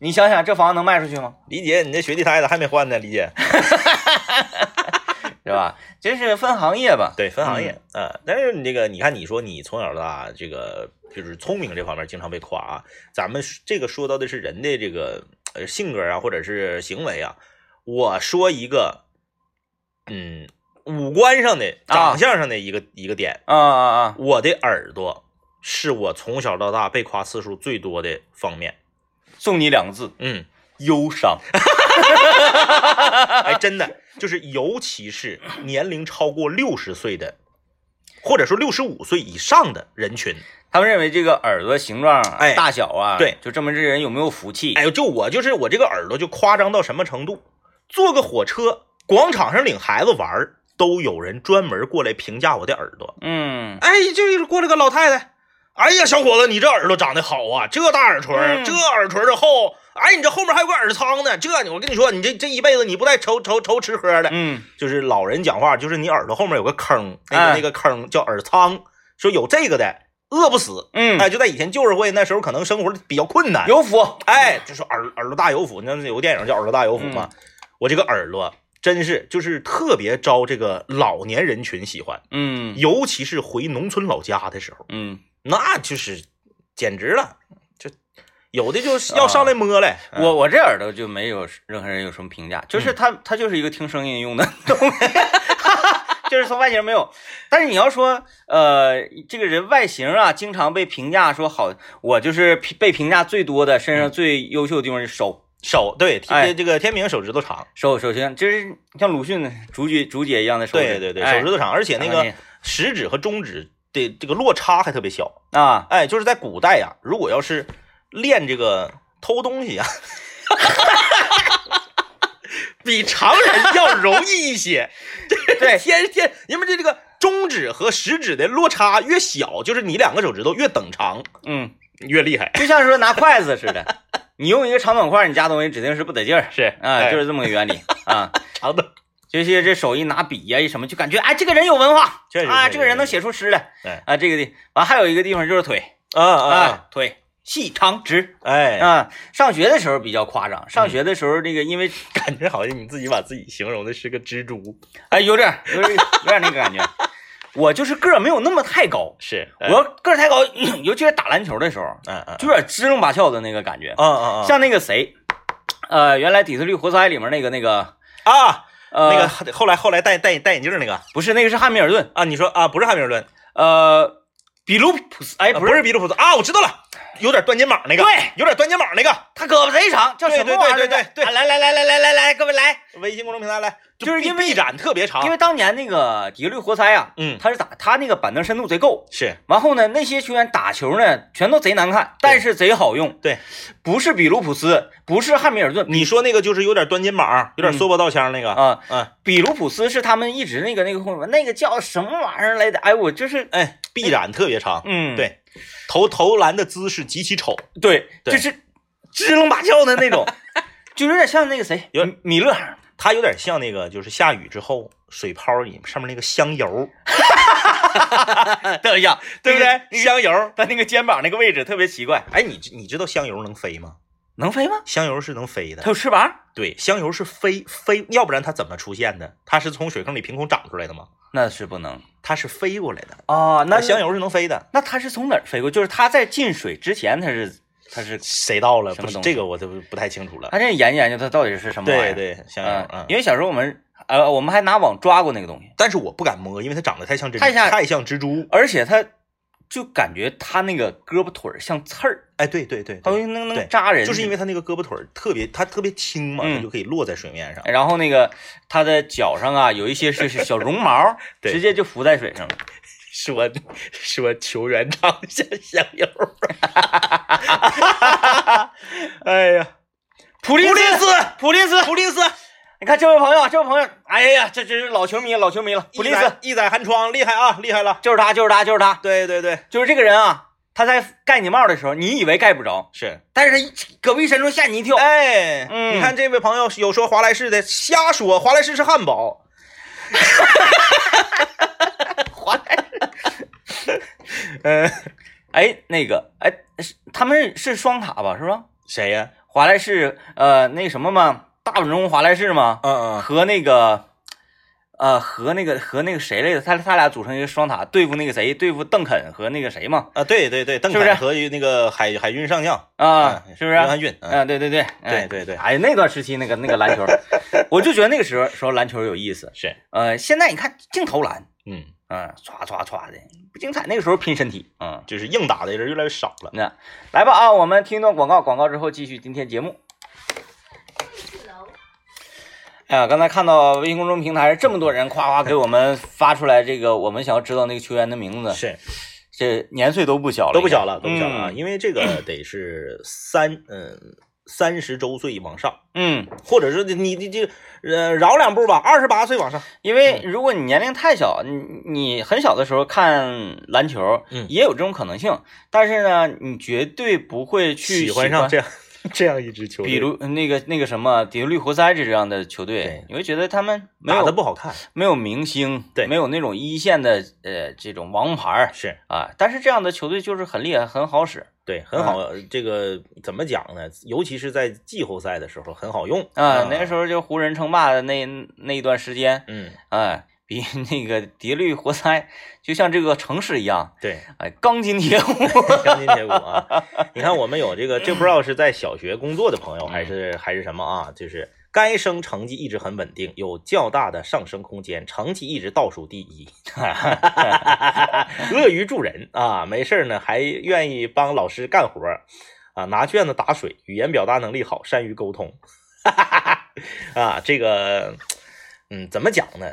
[SPEAKER 1] 你想想，这房子能卖出去吗？
[SPEAKER 2] 李姐，你这雪地胎咋还没换呢？李姐，
[SPEAKER 1] 是吧？真是分行业吧。
[SPEAKER 2] 对，分行业啊、呃但是你这个，你看，你说你从小到大这个就是聪明这方面经常被夸啊。咱们这个说到的是人的这个呃性格啊，或者是行为啊。我说一个，嗯，五官上的、
[SPEAKER 1] 啊
[SPEAKER 2] 长相上的一个、一个点，
[SPEAKER 1] 啊啊啊！
[SPEAKER 2] 我的耳朵是我从小到大被夸次数最多的方面。
[SPEAKER 1] 送你两个字：
[SPEAKER 2] 嗯，
[SPEAKER 1] 忧
[SPEAKER 2] *laughs*
[SPEAKER 1] 伤。
[SPEAKER 2] 哎，真的就是，尤其是年龄超过六十岁的，或者说六十五岁以上的人群。
[SPEAKER 1] 他们认为这个耳朵形状、
[SPEAKER 2] 哎
[SPEAKER 1] 大小啊，
[SPEAKER 2] 对
[SPEAKER 1] 就证明这人有没有福气。
[SPEAKER 2] 哎呦，就我就是我这个耳朵就夸张到什么程度，坐个火车，广场上领孩子玩儿，都有人专门过来评价我的耳朵。
[SPEAKER 1] 嗯，
[SPEAKER 2] 哎，就是过来个老太太，哎呀，小伙子，你这耳朵长得好啊，这大耳垂儿，
[SPEAKER 1] 嗯
[SPEAKER 2] 这耳垂儿厚，哎，你这后面还有个耳仓呢，这你我跟你说，你这这一辈子你不带愁愁愁吃喝的。
[SPEAKER 1] 嗯，
[SPEAKER 2] 就是老人讲话，就是你耳朵后面有个坑，那个、
[SPEAKER 1] 哎
[SPEAKER 2] 那个坑叫耳仓，说有这个的饿不死。
[SPEAKER 1] 嗯，
[SPEAKER 2] 哎，就在以前旧社会那时候，可能生活比较困难，
[SPEAKER 1] 有福。
[SPEAKER 2] 哎，就是耳耳朵大有福，你知道有个电影叫《耳朵大有福》吗？
[SPEAKER 1] 嗯
[SPEAKER 2] 我这个耳朵真是就是特别招这个老年人群喜欢，
[SPEAKER 1] 嗯
[SPEAKER 2] 尤其是回农村老家的时候，
[SPEAKER 1] 嗯，
[SPEAKER 2] 那就是简直了，就有的就是要上来摸嗯来。
[SPEAKER 1] 啊我我这耳朵就没有任何人有什么评价，就是它
[SPEAKER 2] 嗯
[SPEAKER 1] 它就是一个听声音用的 *laughs* 东西，就是从外形没有。但是你要说呃这个人外形啊，经常被评价说好，我就是评被评价最多的，
[SPEAKER 2] 嗯
[SPEAKER 1] 身上最优秀的地方是手。
[SPEAKER 2] 手对，
[SPEAKER 1] 哎
[SPEAKER 2] 这这个天明手指头长，
[SPEAKER 1] 手手型就是像鲁迅、竹菊、竹姐一样的手指，
[SPEAKER 2] 对对对，
[SPEAKER 1] 哎
[SPEAKER 2] 手指头长，而且那
[SPEAKER 1] 然后
[SPEAKER 2] 个食指和中指的这个落差还特别小。
[SPEAKER 1] 你啊，
[SPEAKER 2] 哎，就是在古代呀、如果要是练这个偷东西啊， *laughs* 比常人要容易一些。 *laughs*
[SPEAKER 1] 对
[SPEAKER 2] 天天，因为这这个中指和食指的落差越小，就是你两个手指头越等长
[SPEAKER 1] 嗯，
[SPEAKER 2] 越厉害。
[SPEAKER 1] 就像说拿筷子似的，你用一个长短筷，你夹东西指定是不得劲儿
[SPEAKER 2] 是哎
[SPEAKER 1] 啊，就是是这么个原理啊。
[SPEAKER 2] *laughs* 长的。
[SPEAKER 1] 就是这手一拿笔呀、一什么，就感觉哎，这个人有文化，
[SPEAKER 2] 确实
[SPEAKER 1] 啊，
[SPEAKER 2] 确实
[SPEAKER 1] 这个人能写出诗来，
[SPEAKER 2] 对
[SPEAKER 1] 啊，这个地完、还有一个地方就是腿
[SPEAKER 2] 啊
[SPEAKER 1] 啊
[SPEAKER 2] 啊，
[SPEAKER 1] 腿细长直
[SPEAKER 2] 哎，嗯
[SPEAKER 1] 啊。上学的时候比较夸张，上学的时候这个因为
[SPEAKER 2] *laughs* 感觉好像你自己把自己形容的是个蜘蛛。
[SPEAKER 1] 哎有点有点有点那个感觉，我就是个儿没有那么太高，
[SPEAKER 2] 是，
[SPEAKER 1] 我
[SPEAKER 2] 哎
[SPEAKER 1] 要个儿太高， *clears throat* 尤其是打篮球的时候，
[SPEAKER 2] 嗯嗯
[SPEAKER 1] 就有点支棱八翘的那个感觉，
[SPEAKER 2] 嗯嗯嗯
[SPEAKER 1] 像那个谁，呃，原来《底特律活塞》里面那个那个
[SPEAKER 2] 啊，
[SPEAKER 1] 呃
[SPEAKER 2] 那个后来后来戴戴戴眼镜那个
[SPEAKER 1] 不是那个是汉密尔顿，
[SPEAKER 2] 啊，你说啊，不是汉密尔顿，
[SPEAKER 1] 呃，比卢普斯哎
[SPEAKER 2] 啊
[SPEAKER 1] 不
[SPEAKER 2] 不
[SPEAKER 1] 是
[SPEAKER 2] 是比利普斯啊，我知道了，有点断肩膀那个，
[SPEAKER 1] 对，
[SPEAKER 2] 有点断肩膀那个。
[SPEAKER 1] 他胳膊贼长，叫什么玩意儿？
[SPEAKER 2] 对对对对对
[SPEAKER 1] 啊来来来来来来来，各位来，
[SPEAKER 2] 微信公众平台来，
[SPEAKER 1] 就是
[SPEAKER 2] 臂
[SPEAKER 1] 因为
[SPEAKER 2] 臂展特别长，
[SPEAKER 1] 因为当年那个底特律活塞啊，
[SPEAKER 2] 嗯
[SPEAKER 1] 他是打他那个板凳深度贼够，
[SPEAKER 2] 是
[SPEAKER 1] 完后呢，那些球员打球呢全都贼难看，但是贼好用，
[SPEAKER 2] 对，
[SPEAKER 1] 不是比卢普斯，不是汉密尔顿
[SPEAKER 2] 你说那个就是有点端肩膀，有点缩脖倒枪那个，
[SPEAKER 1] 嗯啊，
[SPEAKER 2] 嗯，
[SPEAKER 1] 比卢普斯是他们一直那个那个控那个叫什么玩意儿来着？哎，我就是
[SPEAKER 2] 哎，臂展特别长，
[SPEAKER 1] 嗯，
[SPEAKER 2] 对投投篮的姿势极其丑，
[SPEAKER 1] 对，
[SPEAKER 2] 对
[SPEAKER 1] 就是支棱八翘的那种，就有点像那个谁，
[SPEAKER 2] 有
[SPEAKER 1] 米米勒， *laughs*
[SPEAKER 2] 它有点像那个就是下雨之后水泡里上面那个香油，
[SPEAKER 1] 等一下，
[SPEAKER 2] 对不对？香油，
[SPEAKER 1] 他那个肩膀那个位置特别奇怪。
[SPEAKER 2] 哎，你知你知道香油能飞吗？
[SPEAKER 1] 能飞吗？
[SPEAKER 2] 香油是能飞的
[SPEAKER 1] 它，有翅膀？
[SPEAKER 2] 对，香油是飞飞，要不然它怎么出现的？它是从水坑里凭空长出来的吗？
[SPEAKER 1] 那是不能
[SPEAKER 2] 它是飞过来的。
[SPEAKER 1] 啊。那
[SPEAKER 2] 香油是能飞的，
[SPEAKER 1] 那它是从哪儿飞过？就是它在进水之前，它是它是
[SPEAKER 2] 谁到了？
[SPEAKER 1] 什
[SPEAKER 2] 不
[SPEAKER 1] 么
[SPEAKER 2] 是
[SPEAKER 1] 东西
[SPEAKER 2] 这个我都不不太清楚了。
[SPEAKER 1] 它这研究研究它到底是什么玩意
[SPEAKER 2] 对
[SPEAKER 1] 儿？
[SPEAKER 2] 对，香油
[SPEAKER 1] 嗯
[SPEAKER 2] 啊，，
[SPEAKER 1] 因为小时候我们呃我们还拿网抓过那个东西，
[SPEAKER 2] 但是我不敢摸，因为它长得太像珍珠，
[SPEAKER 1] 太像
[SPEAKER 2] 太像蜘蛛。
[SPEAKER 1] 而且它就感觉它那个胳膊腿儿像刺儿，
[SPEAKER 2] 哎，对对对，对
[SPEAKER 1] 它会能
[SPEAKER 2] 对
[SPEAKER 1] 能扎人，
[SPEAKER 2] 就是因为它那个胳膊腿儿特别，它特别轻嘛，
[SPEAKER 1] 嗯哎
[SPEAKER 2] 它就可以落在水面上。
[SPEAKER 1] 然后那个它的脚上啊，有一些就是小绒毛，
[SPEAKER 2] *laughs* 对
[SPEAKER 1] 直接就浮在水上了。
[SPEAKER 2] 说说球员长得像香油， *laughs* 哎呀，
[SPEAKER 1] 普利
[SPEAKER 2] 普利
[SPEAKER 1] 斯，
[SPEAKER 2] 斯，
[SPEAKER 1] 普利斯，
[SPEAKER 2] 普利斯，
[SPEAKER 1] 你看这位朋友，这位朋友，哎呀，这真是老球迷，老球迷了。普
[SPEAKER 2] 普
[SPEAKER 1] 利
[SPEAKER 2] 利
[SPEAKER 1] 斯
[SPEAKER 2] 斯一载寒窗，厉害啊，厉害了。
[SPEAKER 1] 就是他，就是他，就是他，
[SPEAKER 2] 对对对，
[SPEAKER 1] 就是这个人啊。他在盖你帽的时候，你以为盖不着，
[SPEAKER 2] 是。
[SPEAKER 1] 但是他一胳膊一伸出吓你一跳。
[SPEAKER 2] 哎，
[SPEAKER 1] 嗯
[SPEAKER 2] 你看这位朋友有说华莱士的，瞎说，华莱士是汉堡。华莱士，呃，
[SPEAKER 1] 哎，那个，哎，是他们是双塔吧？是吧？
[SPEAKER 2] 谁呀？
[SPEAKER 1] 华莱士，呃，那什么嘛，大本钟华莱士嘛，
[SPEAKER 2] 嗯嗯，
[SPEAKER 1] 和那个，呃，和那个和那个谁来着？他他俩组成一个双塔，对付那个谁，对付邓肯和那个谁嘛，
[SPEAKER 2] 啊，对对对，邓
[SPEAKER 1] 是不是
[SPEAKER 2] 肯和那个海海军上将
[SPEAKER 1] 啊，
[SPEAKER 2] 嗯
[SPEAKER 1] 是不是？
[SPEAKER 2] 约翰逊？嗯
[SPEAKER 1] 啊，对对对，哎
[SPEAKER 2] 对对对
[SPEAKER 1] 哎，那段时期那个那个篮球，我就觉得那个时候时候篮球有意思。
[SPEAKER 2] 是，
[SPEAKER 1] 呃，现在你看净投篮，
[SPEAKER 2] 嗯，
[SPEAKER 1] 嗯，唰唰唰的不精彩。那个时候拼身体，嗯，
[SPEAKER 2] 就是硬打的人越来越少了。
[SPEAKER 1] 那来吧啊，我们听一段广告，广告之后继续今天节目。哎呀，刚才看到微信公众平台这么多人夸夸给我们发出来这个，我们想要知道那个球员的名字，
[SPEAKER 2] 嗯是，
[SPEAKER 1] 这年岁都不小了，
[SPEAKER 2] 都不小了，都不小了啊！
[SPEAKER 1] 嗯
[SPEAKER 2] 因为这个得是三，嗯，三十周岁往上，
[SPEAKER 1] 嗯，
[SPEAKER 2] 或者是你你这呃饶两步吧，二十八岁往上。
[SPEAKER 1] 因为如果你年龄太小，你你很小的时候看篮球，
[SPEAKER 2] 嗯
[SPEAKER 1] 也有这种可能性，但是呢，你绝对不会去
[SPEAKER 2] 喜欢上这样这样 *laughs* 一支球队，
[SPEAKER 1] 比如那个那个什么底特律活塞这样的球队
[SPEAKER 2] 对，
[SPEAKER 1] 你会觉得他们没
[SPEAKER 2] 打
[SPEAKER 1] 有
[SPEAKER 2] 的不好看，
[SPEAKER 1] 没有明星，
[SPEAKER 2] 对
[SPEAKER 1] 没有那种一线的呃这种王牌儿
[SPEAKER 2] 是
[SPEAKER 1] 啊。但是这样的球队就是很厉害，很好使
[SPEAKER 2] 对，很好。这个怎么讲呢？尤其是在季后赛的时候很好用
[SPEAKER 1] 啊。那时
[SPEAKER 2] 候，
[SPEAKER 1] 候就湖人称霸的那那一段时间，
[SPEAKER 2] 嗯，
[SPEAKER 1] 啊，比 *laughs* 那个迪绿活塞就像这个城市一样，
[SPEAKER 2] 对， *laughs*
[SPEAKER 1] 哎，钢筋铁骨。
[SPEAKER 2] 钢筋铁骨啊！你看，我们有这个，这不知道是在小学工作的朋友，还是
[SPEAKER 1] 嗯
[SPEAKER 2] 还是什么啊？就是该生成绩一直很稳定，有较大的上升空间，成绩一直倒数第一， *laughs* 乐于助人啊！没事儿呢，还愿意帮老师干活儿啊，拿卷子打水，语言表达能力好，善于沟通， *laughs* 啊，这个，嗯，怎么讲呢？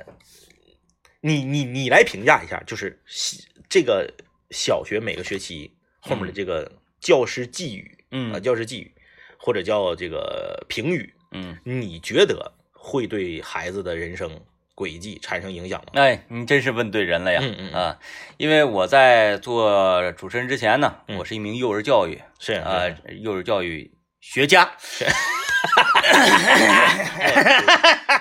[SPEAKER 2] 你你你来评价一下，就是西这个小学每个学期后面的这个教师寄语啊、
[SPEAKER 1] 嗯
[SPEAKER 2] 教师寄语或者叫这个评语，
[SPEAKER 1] 嗯，
[SPEAKER 2] 你觉得会对孩子的人生轨迹产生影响吗？
[SPEAKER 1] 哎，你真是问对人了呀。
[SPEAKER 2] 嗯嗯嗯
[SPEAKER 1] 啊，因为我在做主持人之前呢，
[SPEAKER 2] 嗯
[SPEAKER 1] 我是一名幼儿教育
[SPEAKER 2] 是
[SPEAKER 1] 啊、
[SPEAKER 2] 啊，
[SPEAKER 1] 幼儿教育学家。哎
[SPEAKER 2] *laughs* 行哎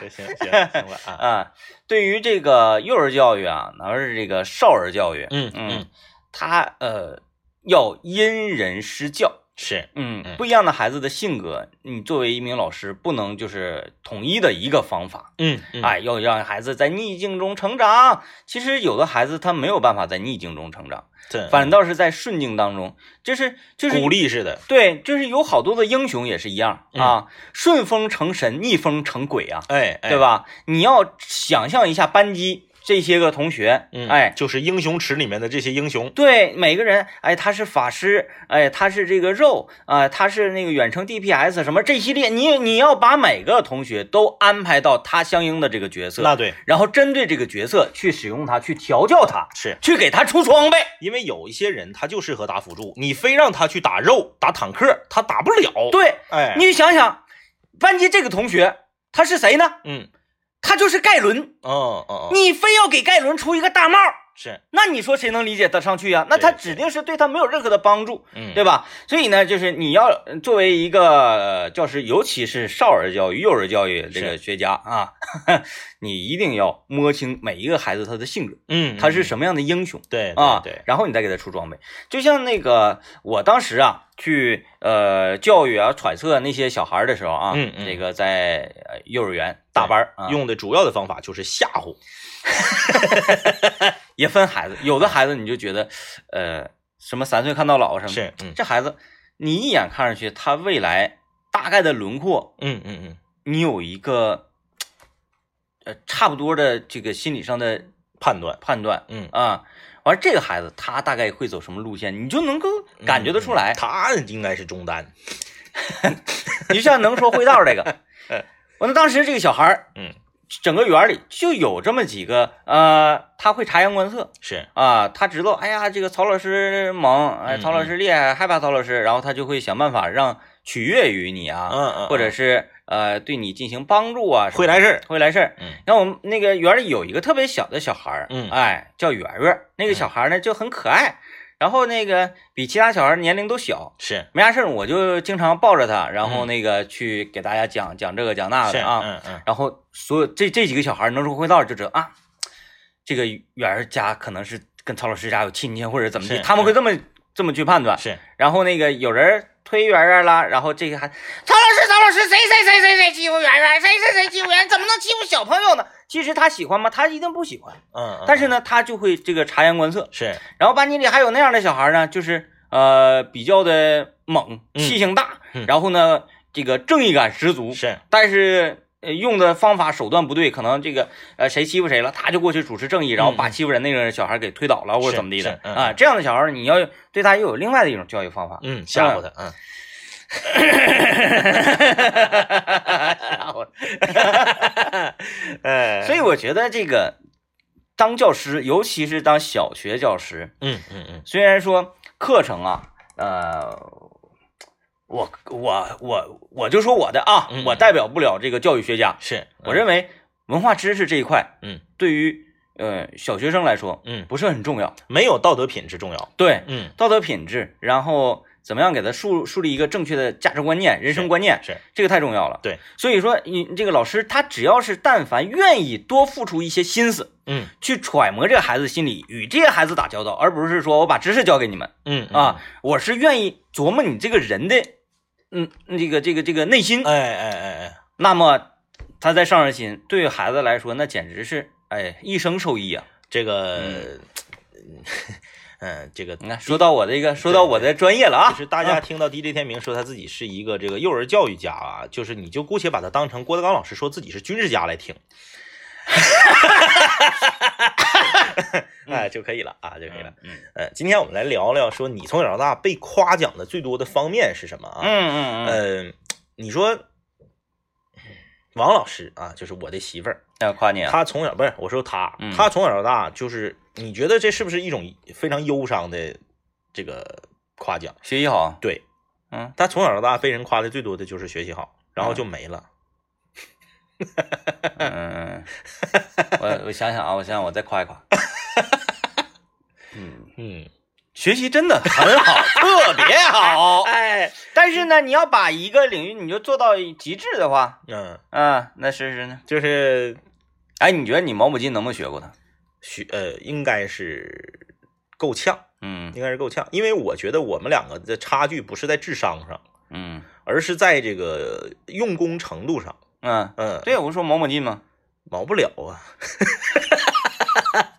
[SPEAKER 2] 行行行了啊，
[SPEAKER 1] 啊，对于这个幼儿教育啊，哪怕是这个少儿教育，
[SPEAKER 2] 嗯
[SPEAKER 1] 嗯
[SPEAKER 2] 嗯，
[SPEAKER 1] 它呃要因人施教，
[SPEAKER 2] 是
[SPEAKER 1] 嗯，
[SPEAKER 2] 嗯
[SPEAKER 1] 不一样的孩子的性格，你作为一名老师，不能就是统一的一个方法，
[SPEAKER 2] 嗯嗯
[SPEAKER 1] 哎，要让孩子在逆境中成长。其实有的孩子他没有办法在逆境中成长，
[SPEAKER 2] 这
[SPEAKER 1] 反倒是在顺境当中，就是就是
[SPEAKER 2] 嗯鼓励似的，
[SPEAKER 1] 对，就是有好多的英雄也是一样
[SPEAKER 2] 嗯
[SPEAKER 1] 啊，顺风成神，逆风成鬼啊。
[SPEAKER 2] 哎哎
[SPEAKER 1] 对？吧？你要想象一下班级这些个同学，
[SPEAKER 2] 嗯，
[SPEAKER 1] 哎，
[SPEAKER 2] 就是英雄池里面的这些英雄，
[SPEAKER 1] 对每个人，哎，他是法师，哎，他是这个肉，啊、他是那个远程 DPS 什么这一系列，你你要把每个同学都安排到他相应的这个角
[SPEAKER 2] 那
[SPEAKER 1] 色，
[SPEAKER 2] 对，
[SPEAKER 1] 然后针对这个角色去使用它，去调教他，
[SPEAKER 2] 是
[SPEAKER 1] 去给他出装备。
[SPEAKER 2] 因为有一些人他就适合打辅助，你非让他去打肉、打坦克，他打不了。，
[SPEAKER 1] 对，
[SPEAKER 2] 哎，
[SPEAKER 1] 你想想，班级这个同学他是谁呢？
[SPEAKER 2] 嗯，
[SPEAKER 1] 他就是盖伦，
[SPEAKER 2] 哦哦哦，
[SPEAKER 1] 你非要给盖伦出一个大帽。
[SPEAKER 2] 是，
[SPEAKER 1] 那你说谁能理解得上去呀、那他指定是对他没有任何的帮助，
[SPEAKER 2] 嗯，
[SPEAKER 1] 对吧？所以呢，就是你要呃作为一个呃教师，尤其是少儿教育、幼儿教育这个
[SPEAKER 2] 是
[SPEAKER 1] 学家啊， *laughs* 你一定要摸清每一个孩子他的性格，
[SPEAKER 2] 嗯，
[SPEAKER 1] 他是
[SPEAKER 2] 么？
[SPEAKER 1] 什么样的英雄
[SPEAKER 2] 对
[SPEAKER 1] 啊
[SPEAKER 2] 对，对，
[SPEAKER 1] 然后你再给他出装备。就像那个我当时啊，去呃教育啊、揣测那些小孩儿的时候啊，
[SPEAKER 2] 嗯嗯
[SPEAKER 1] 这个在呃幼儿园大班儿啊，
[SPEAKER 2] 用的主要的方法就是吓唬，
[SPEAKER 1] 也分孩子，有的孩子你就觉得呃什么三岁看到老什么，
[SPEAKER 2] 是，嗯
[SPEAKER 1] 这孩子你一眼看上去他未来大概的轮廓，
[SPEAKER 2] 嗯嗯嗯，
[SPEAKER 1] 你有一个呃差不多的这个心理上的
[SPEAKER 2] 判断，
[SPEAKER 1] 判断
[SPEAKER 2] 嗯，
[SPEAKER 1] 啊。完，这个孩子他大概会走什么路线，你就能够感觉得出来。
[SPEAKER 2] 他应该是中单，
[SPEAKER 1] 你就像能说会道这个
[SPEAKER 2] 嗯，
[SPEAKER 1] 我那当时这个小孩儿，
[SPEAKER 2] 嗯，
[SPEAKER 1] 整个园里就有这么几个，呃，他会察言观色
[SPEAKER 2] 是，
[SPEAKER 1] 啊，他知道，哎呀，这个曹老师猛，哎，
[SPEAKER 2] 嗯
[SPEAKER 1] 曹老师厉害，害怕曹老师，然后他就会想办法让取悦于你啊，
[SPEAKER 2] 嗯嗯，
[SPEAKER 1] 或者
[SPEAKER 2] 是
[SPEAKER 1] 是呃对你进行帮助啊，
[SPEAKER 2] 会来事儿，
[SPEAKER 1] 会来事儿。
[SPEAKER 2] 嗯
[SPEAKER 1] 然后我们那个园里有一个特别小的小孩儿，
[SPEAKER 2] 嗯
[SPEAKER 1] 哎，叫圆圆，那个小孩儿呢就很可爱，然后那个比其他小孩儿年龄都小，
[SPEAKER 2] 是
[SPEAKER 1] 没啥事儿，我就经常抱着他，然后那个去给大家讲讲这个讲那
[SPEAKER 2] 嗯是，
[SPEAKER 1] 个啊。
[SPEAKER 2] 嗯嗯，
[SPEAKER 1] 然后所有这这几个小孩能说会道就知道啊，这个远儿家可能是跟曹老师家有亲戚或者怎么地，
[SPEAKER 2] 是
[SPEAKER 1] 他们会这么、这么去判断。
[SPEAKER 2] 是，
[SPEAKER 1] 然后那个有人推圆圆啦，然后这个还啊曹老师曹老师谁谁谁谁谁欺负圆圆，谁谁谁欺负圆圆，怎么能欺负小朋友呢？其实他喜欢吗？他一定不喜欢，
[SPEAKER 2] 嗯，嗯
[SPEAKER 1] 但是呢，他就会这个察言观色。
[SPEAKER 2] 是，
[SPEAKER 1] 然后班级里还有那样的小孩呢，就是呃比较的猛，
[SPEAKER 2] 嗯
[SPEAKER 1] 气性大，
[SPEAKER 2] 嗯
[SPEAKER 1] 然后呢这个正义感十足，
[SPEAKER 2] 是
[SPEAKER 1] 但是。呃，用的方法手段不对，可能这个呃谁欺负谁了，他就过去主持正义，然后把欺负人那个小孩给推倒了或者
[SPEAKER 2] 嗯是
[SPEAKER 1] 怎么地的
[SPEAKER 2] 是嗯
[SPEAKER 1] 啊。这样的小孩你要对他又有另外的一种教育方法，
[SPEAKER 2] 嗯，吓唬他，嗯， *laughs* 哎， *laughs*
[SPEAKER 1] 所以我觉得这个当教师，尤其是当小学教师，
[SPEAKER 2] 嗯嗯嗯，
[SPEAKER 1] 虽然说课程啊，呃，我我我我就说我的啊，
[SPEAKER 2] 嗯嗯
[SPEAKER 1] 我代表不了这个教育学家。
[SPEAKER 2] 是，
[SPEAKER 1] 我认为文化知识这一块，
[SPEAKER 2] 嗯，
[SPEAKER 1] 对于呃小学生来说
[SPEAKER 2] 嗯，
[SPEAKER 1] 不是很重要。
[SPEAKER 2] 没有道德品质重要，
[SPEAKER 1] 对，
[SPEAKER 2] 嗯，
[SPEAKER 1] 道德品质，然后怎么样给他树树立一个正确的价值观念、人生观念，
[SPEAKER 2] 是，
[SPEAKER 1] 这个太重要了。
[SPEAKER 2] 对，
[SPEAKER 1] 所以说你你这个老师他只要是但凡愿意多付出一些心思。
[SPEAKER 2] 嗯
[SPEAKER 1] 去揣摩这个孩子心理，与这些孩子打交道，而不是说我把知识教给你们，
[SPEAKER 2] 嗯
[SPEAKER 1] 啊，，我是愿意琢磨你这个人的，嗯，这个这个这个内心
[SPEAKER 2] 嗯。哎哎哎哎，
[SPEAKER 1] 那么他在上上心，对孩子来说，那简直是哎一生受益啊！
[SPEAKER 2] 这个，嗯，嗯这 *laughs* 个
[SPEAKER 1] 你看，说到我的一个，说到我的专业了啊，
[SPEAKER 2] 就是大家听到 DJ 天明说他自己是一个这个幼儿教育家啊，就是你就姑且把他当成郭德纲老师说自己是军事家来 *laughs* 听，哎就可以了啊，就可以了。
[SPEAKER 1] 嗯
[SPEAKER 2] 呃，今天我们来聊聊说你从小到大被夸奖的最多的方面是什么啊？
[SPEAKER 1] 嗯嗯嗯，
[SPEAKER 2] 嗯，你说王老师啊，就是我的媳妇儿，
[SPEAKER 1] 要夸你啊，
[SPEAKER 2] 她从小不是我说她
[SPEAKER 1] 嗯，
[SPEAKER 2] 她从小到大就是你觉得这是不是一种非常忧伤的这个夸奖？
[SPEAKER 1] 学习好，
[SPEAKER 2] 对，
[SPEAKER 1] 嗯，
[SPEAKER 2] 他从小到大被人夸的最多的就是学习好，然后就没了。
[SPEAKER 1] 嗯嗯，嗯 *laughs* 我我想想啊，我想想，我再夸一夸，嗯，
[SPEAKER 2] 嗯，
[SPEAKER 1] 学习真的很好，特别好，
[SPEAKER 2] 哎，
[SPEAKER 1] *laughs* 但是呢，你要把一个领域你就做到极致的话，
[SPEAKER 2] 嗯，
[SPEAKER 1] 啊，那试试呢？
[SPEAKER 2] 就是
[SPEAKER 1] 哎，你觉得你毛姆金能不能学过他？
[SPEAKER 2] 学呃，应该是够呛，
[SPEAKER 1] 嗯
[SPEAKER 2] 应该是够呛，因为我觉得我们两个的差距不是在智商上，
[SPEAKER 1] 嗯
[SPEAKER 2] 而是在这个用功程度上。
[SPEAKER 1] 嗯，
[SPEAKER 2] 嗯，，
[SPEAKER 1] 对，我说毛姆金 *laughs* 嘛，
[SPEAKER 2] 毛不了啊，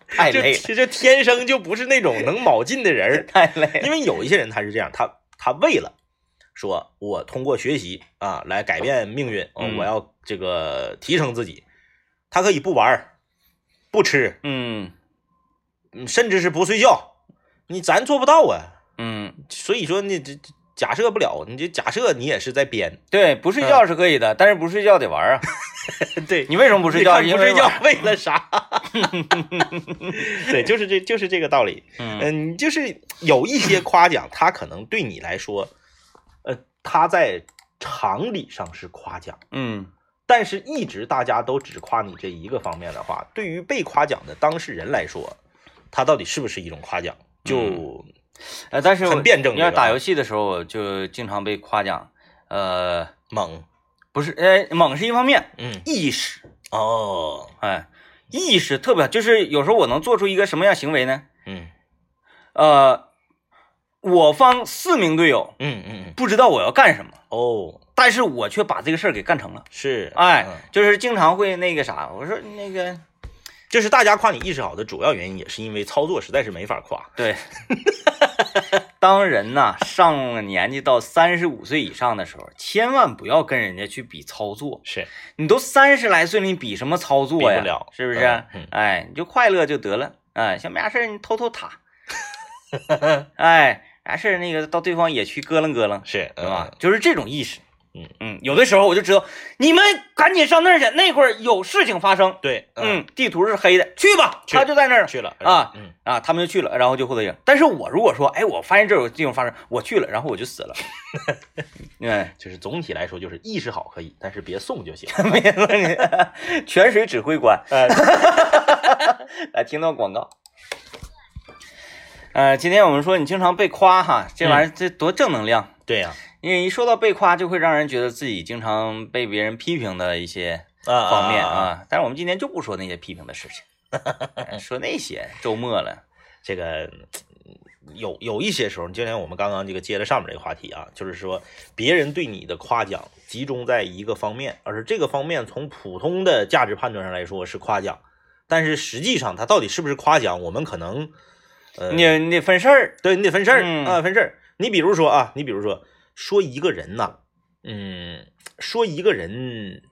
[SPEAKER 1] 太
[SPEAKER 2] 就
[SPEAKER 1] 累了，。
[SPEAKER 2] 就就天生就不是那种能卯劲的人儿
[SPEAKER 1] 太累 *laughs* 了。
[SPEAKER 2] *laughs* 因为有一些人他是这样，他他为了说我通过学习啊来改变命运，哦
[SPEAKER 1] 嗯
[SPEAKER 2] 我要这个提升自己，他可以不玩儿，不吃，
[SPEAKER 1] 嗯
[SPEAKER 2] 嗯甚至是不睡觉，你咱做不到啊。
[SPEAKER 1] 嗯，
[SPEAKER 2] 所以说你这这假设不了，你就假设你也是在编，
[SPEAKER 1] 对，不睡觉是可以的，但是不睡觉得玩啊。
[SPEAKER 2] 对。
[SPEAKER 1] 嗯 *laughs* 你为什么不
[SPEAKER 2] 不
[SPEAKER 1] 睡觉？
[SPEAKER 2] 不
[SPEAKER 1] 因为
[SPEAKER 2] 睡觉
[SPEAKER 1] 玩儿。
[SPEAKER 2] *laughs* 为了啥？对，就是这，就是这个道理。
[SPEAKER 1] 嗯
[SPEAKER 2] 嗯，你就是有一些夸奖，他可能对你来说，呃，他在常理上是夸奖，
[SPEAKER 1] 嗯
[SPEAKER 2] 但是一直大家都只夸你这一个方面的话，对于被夸奖的当事人来说，他到底是不是一种夸奖，就
[SPEAKER 1] 呃，但是我
[SPEAKER 2] 很辩证这
[SPEAKER 1] 要
[SPEAKER 2] 个
[SPEAKER 1] 打游戏的时候，我就经常被夸奖，呃，
[SPEAKER 2] 猛。
[SPEAKER 1] 不是，呃，猛是一方面，
[SPEAKER 2] 嗯，
[SPEAKER 1] 意识，
[SPEAKER 2] 哦，
[SPEAKER 1] 哎，意识特别好，就是有时候我能做出一个什么样行为呢？
[SPEAKER 2] 嗯
[SPEAKER 1] 呃，我方四名队友
[SPEAKER 2] 嗯嗯嗯，
[SPEAKER 1] 不知道我要干什么，
[SPEAKER 2] 哦，
[SPEAKER 1] 但是我却把这个事儿给干成了。
[SPEAKER 2] 是，嗯
[SPEAKER 1] 哎，就是经常会那个啥，我说那个
[SPEAKER 2] 就是大家夸你意识好的主要原因，也是因为操作实在是没法夸。
[SPEAKER 1] 对，当人呐、上了年纪到三十五岁以上的时候，千万不要跟人家去比操作。
[SPEAKER 2] 是，
[SPEAKER 1] 你都三十来岁了，你比什么操作呀？
[SPEAKER 2] 比不了
[SPEAKER 1] 是不是？
[SPEAKER 2] 嗯嗯
[SPEAKER 1] 哎，你就快乐就得了。哎，想没啥事儿，你偷偷塔。 *laughs* 哎，啥事儿那个到对方野区咯楞咯楞，
[SPEAKER 2] 是，
[SPEAKER 1] 是
[SPEAKER 2] 嗯
[SPEAKER 1] 吧？？就是这种意识。
[SPEAKER 2] 嗯
[SPEAKER 1] 嗯，有的时候我就知道，你们赶紧上那儿去，那会儿有事情发生。
[SPEAKER 2] 对，，
[SPEAKER 1] 嗯，地图是黑的，去吧，
[SPEAKER 2] 去
[SPEAKER 1] 他就在那儿
[SPEAKER 2] 去了
[SPEAKER 1] 啊
[SPEAKER 2] 嗯，
[SPEAKER 1] 啊，他们就去了，然后就获得赢。但是我如果说，哎，我发现这有地方发生，我去了，然后我就死
[SPEAKER 2] *laughs*
[SPEAKER 1] 了。嗯，
[SPEAKER 2] 就是总体来说，就是意识好可以，但是别送
[SPEAKER 1] *laughs*
[SPEAKER 2] 就行。
[SPEAKER 1] 没问 *laughs* 题，泉水指挥官。
[SPEAKER 2] 呃，
[SPEAKER 1] *laughs* 来听到广告。呃，今天我们说你经常被夸哈，这
[SPEAKER 2] 嗯
[SPEAKER 1] 玩意儿这多正能量，
[SPEAKER 2] 对呀，
[SPEAKER 1] 因为一说到被夸，就会让人觉得自己经常被别人批评的一些
[SPEAKER 2] 啊
[SPEAKER 1] 方面， *laughs* 啊。但是我们今天就不说那些批评的事情， *laughs* 呃说那些周末了，
[SPEAKER 2] 这个嗯有有一些时候，就像我们刚刚这个接着上面这个话题啊，就是说别人对你的夸奖集中在一个方面，而这个方面从普通的价值判断上来说是夸奖，但是实际上它到底是不是夸奖，我们可能呃，
[SPEAKER 1] 你你得分事儿。
[SPEAKER 2] 对你得分事儿、
[SPEAKER 1] 嗯
[SPEAKER 2] 啊，分事儿。你比如说啊，你比如说说一个人呐、嗯，说一个人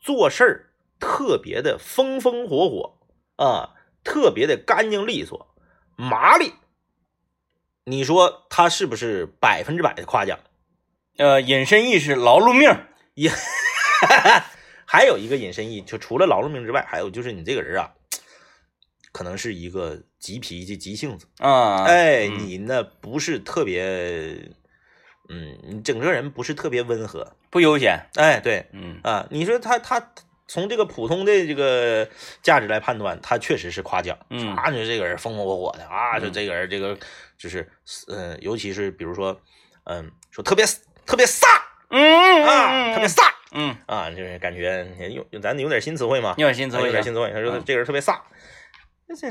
[SPEAKER 2] 做事儿特别的风风火火啊，特别的干净利索、麻利，你说他是不是百分之百的夸奖？
[SPEAKER 1] 呃，隐身意识、劳碌命，
[SPEAKER 2] 还有一个引申义，就除了劳碌命之外，还有就是你这个人啊，可能是一个急脾气、急性子。
[SPEAKER 1] 啊，
[SPEAKER 2] 哎，
[SPEAKER 1] 嗯
[SPEAKER 2] 你呢不是特别，嗯，你整个人不是特别温和。
[SPEAKER 1] 不悠闲，
[SPEAKER 2] 哎，对
[SPEAKER 1] 嗯
[SPEAKER 2] 啊，你说他他从这个普通的这个价值来判断，他确实是夸奖。
[SPEAKER 1] 嗯
[SPEAKER 2] 啊，你说这个人风风火火的啊，就
[SPEAKER 1] 嗯
[SPEAKER 2] 这个人这个就是，嗯、尤其是比如说，嗯，说特别特别飒
[SPEAKER 1] 嗯
[SPEAKER 2] 啊，
[SPEAKER 1] 嗯
[SPEAKER 2] 特别飒
[SPEAKER 1] 嗯，
[SPEAKER 2] 啊，就是感觉用咱得有点新词汇嘛，
[SPEAKER 1] 有点新词
[SPEAKER 2] 啊有
[SPEAKER 1] 汇
[SPEAKER 2] 点新
[SPEAKER 1] 了，
[SPEAKER 2] 词汇。他说
[SPEAKER 1] 嗯
[SPEAKER 2] 这个人特别飒，那这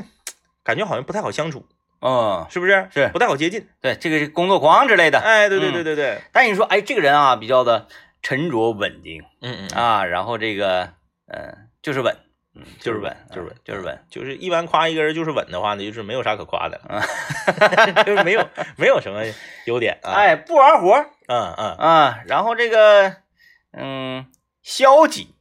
[SPEAKER 2] 感觉好像不太好相处，
[SPEAKER 1] 嗯，
[SPEAKER 2] 是不是？
[SPEAKER 1] 是
[SPEAKER 2] 不太好接近。
[SPEAKER 1] 对，这个是工作狂之类的。
[SPEAKER 2] 哎，对对
[SPEAKER 1] 嗯
[SPEAKER 2] 对对对，
[SPEAKER 1] 但你说，哎，这个人啊，比较的沉着稳定
[SPEAKER 2] 嗯嗯啊，
[SPEAKER 1] 啊，然后这个，呃，就是稳，嗯，就是稳，
[SPEAKER 2] 就是稳
[SPEAKER 1] 啊就是稳，
[SPEAKER 2] 就是一般夸一个人就是稳的话呢，就是没有啥可夸的
[SPEAKER 1] 啊，
[SPEAKER 2] *laughs* 就是没有没有什么优点啊。，
[SPEAKER 1] 哎，不玩活儿
[SPEAKER 2] 嗯嗯，
[SPEAKER 1] 啊，然后这个，嗯，消极，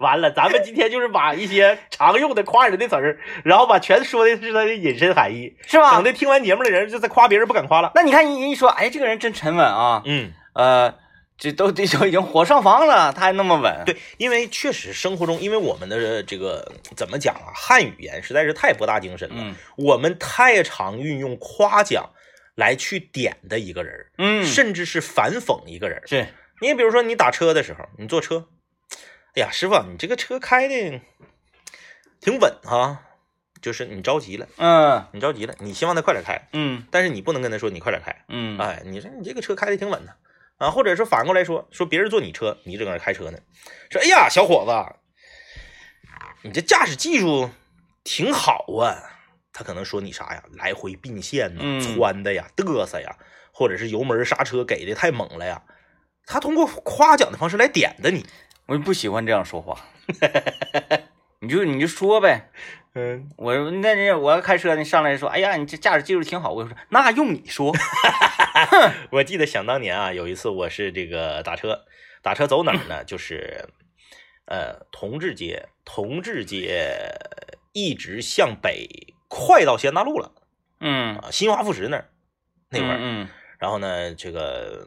[SPEAKER 2] 完了，咱们今天就是把一些常用的夸人的词儿，然后把全说的是它的引申含义，
[SPEAKER 1] 是吧
[SPEAKER 2] 等？那听完节目的人就在夸别人不敢夸了。
[SPEAKER 1] 那你看人一说，哎，这个人真沉稳啊，
[SPEAKER 2] 嗯，
[SPEAKER 1] 呃，这都这都已经火上房了，他还那么稳，
[SPEAKER 2] 对，因为确实生活中，因为我们的这个怎么讲啊，汉语言实在是太博大精深了，
[SPEAKER 1] 嗯
[SPEAKER 2] 我们太常运用夸奖来去点的一个人儿，
[SPEAKER 1] 嗯，
[SPEAKER 2] 甚至是反讽一个人儿。
[SPEAKER 1] 是，
[SPEAKER 2] 你比如说你打车的时候，你坐车，哎呀，师傅啊，你这个车开的挺稳哈、就是你着急了，
[SPEAKER 1] 嗯
[SPEAKER 2] 你着急了，你希望他快点开，
[SPEAKER 1] 嗯
[SPEAKER 2] 但是你不能跟他说你快点开，
[SPEAKER 1] 嗯，
[SPEAKER 2] 哎，你说你这个车开的挺稳的啊，或者说反过来说，说别人坐你车，你正搁那开车呢，说哎呀，小伙子，你这驾驶技术挺好啊。他可能说你啥呀？来回并线呐、
[SPEAKER 1] 嗯
[SPEAKER 2] 窜的呀，嘚瑟呀，或者是油门刹车给的太猛了呀。他通过夸奖的方式来点的你。
[SPEAKER 1] 我就不喜欢这样说 *laughs* 话，你就你就说呗，
[SPEAKER 2] 嗯，
[SPEAKER 1] 我说那那我要开车，你上来说，哎呀，你这驾驶技术挺好。我说那用你
[SPEAKER 2] *laughs*
[SPEAKER 1] 说，
[SPEAKER 2] 我记得想当年啊，有一次我是这个打车，打车走哪儿
[SPEAKER 1] *clears throat*
[SPEAKER 2] 呢？就是，呃，同志街，同志街一直向北，快到西安大路了
[SPEAKER 1] 嗯，
[SPEAKER 2] 啊，新华副食那儿那块儿。
[SPEAKER 1] 嗯
[SPEAKER 2] 然后呢，这个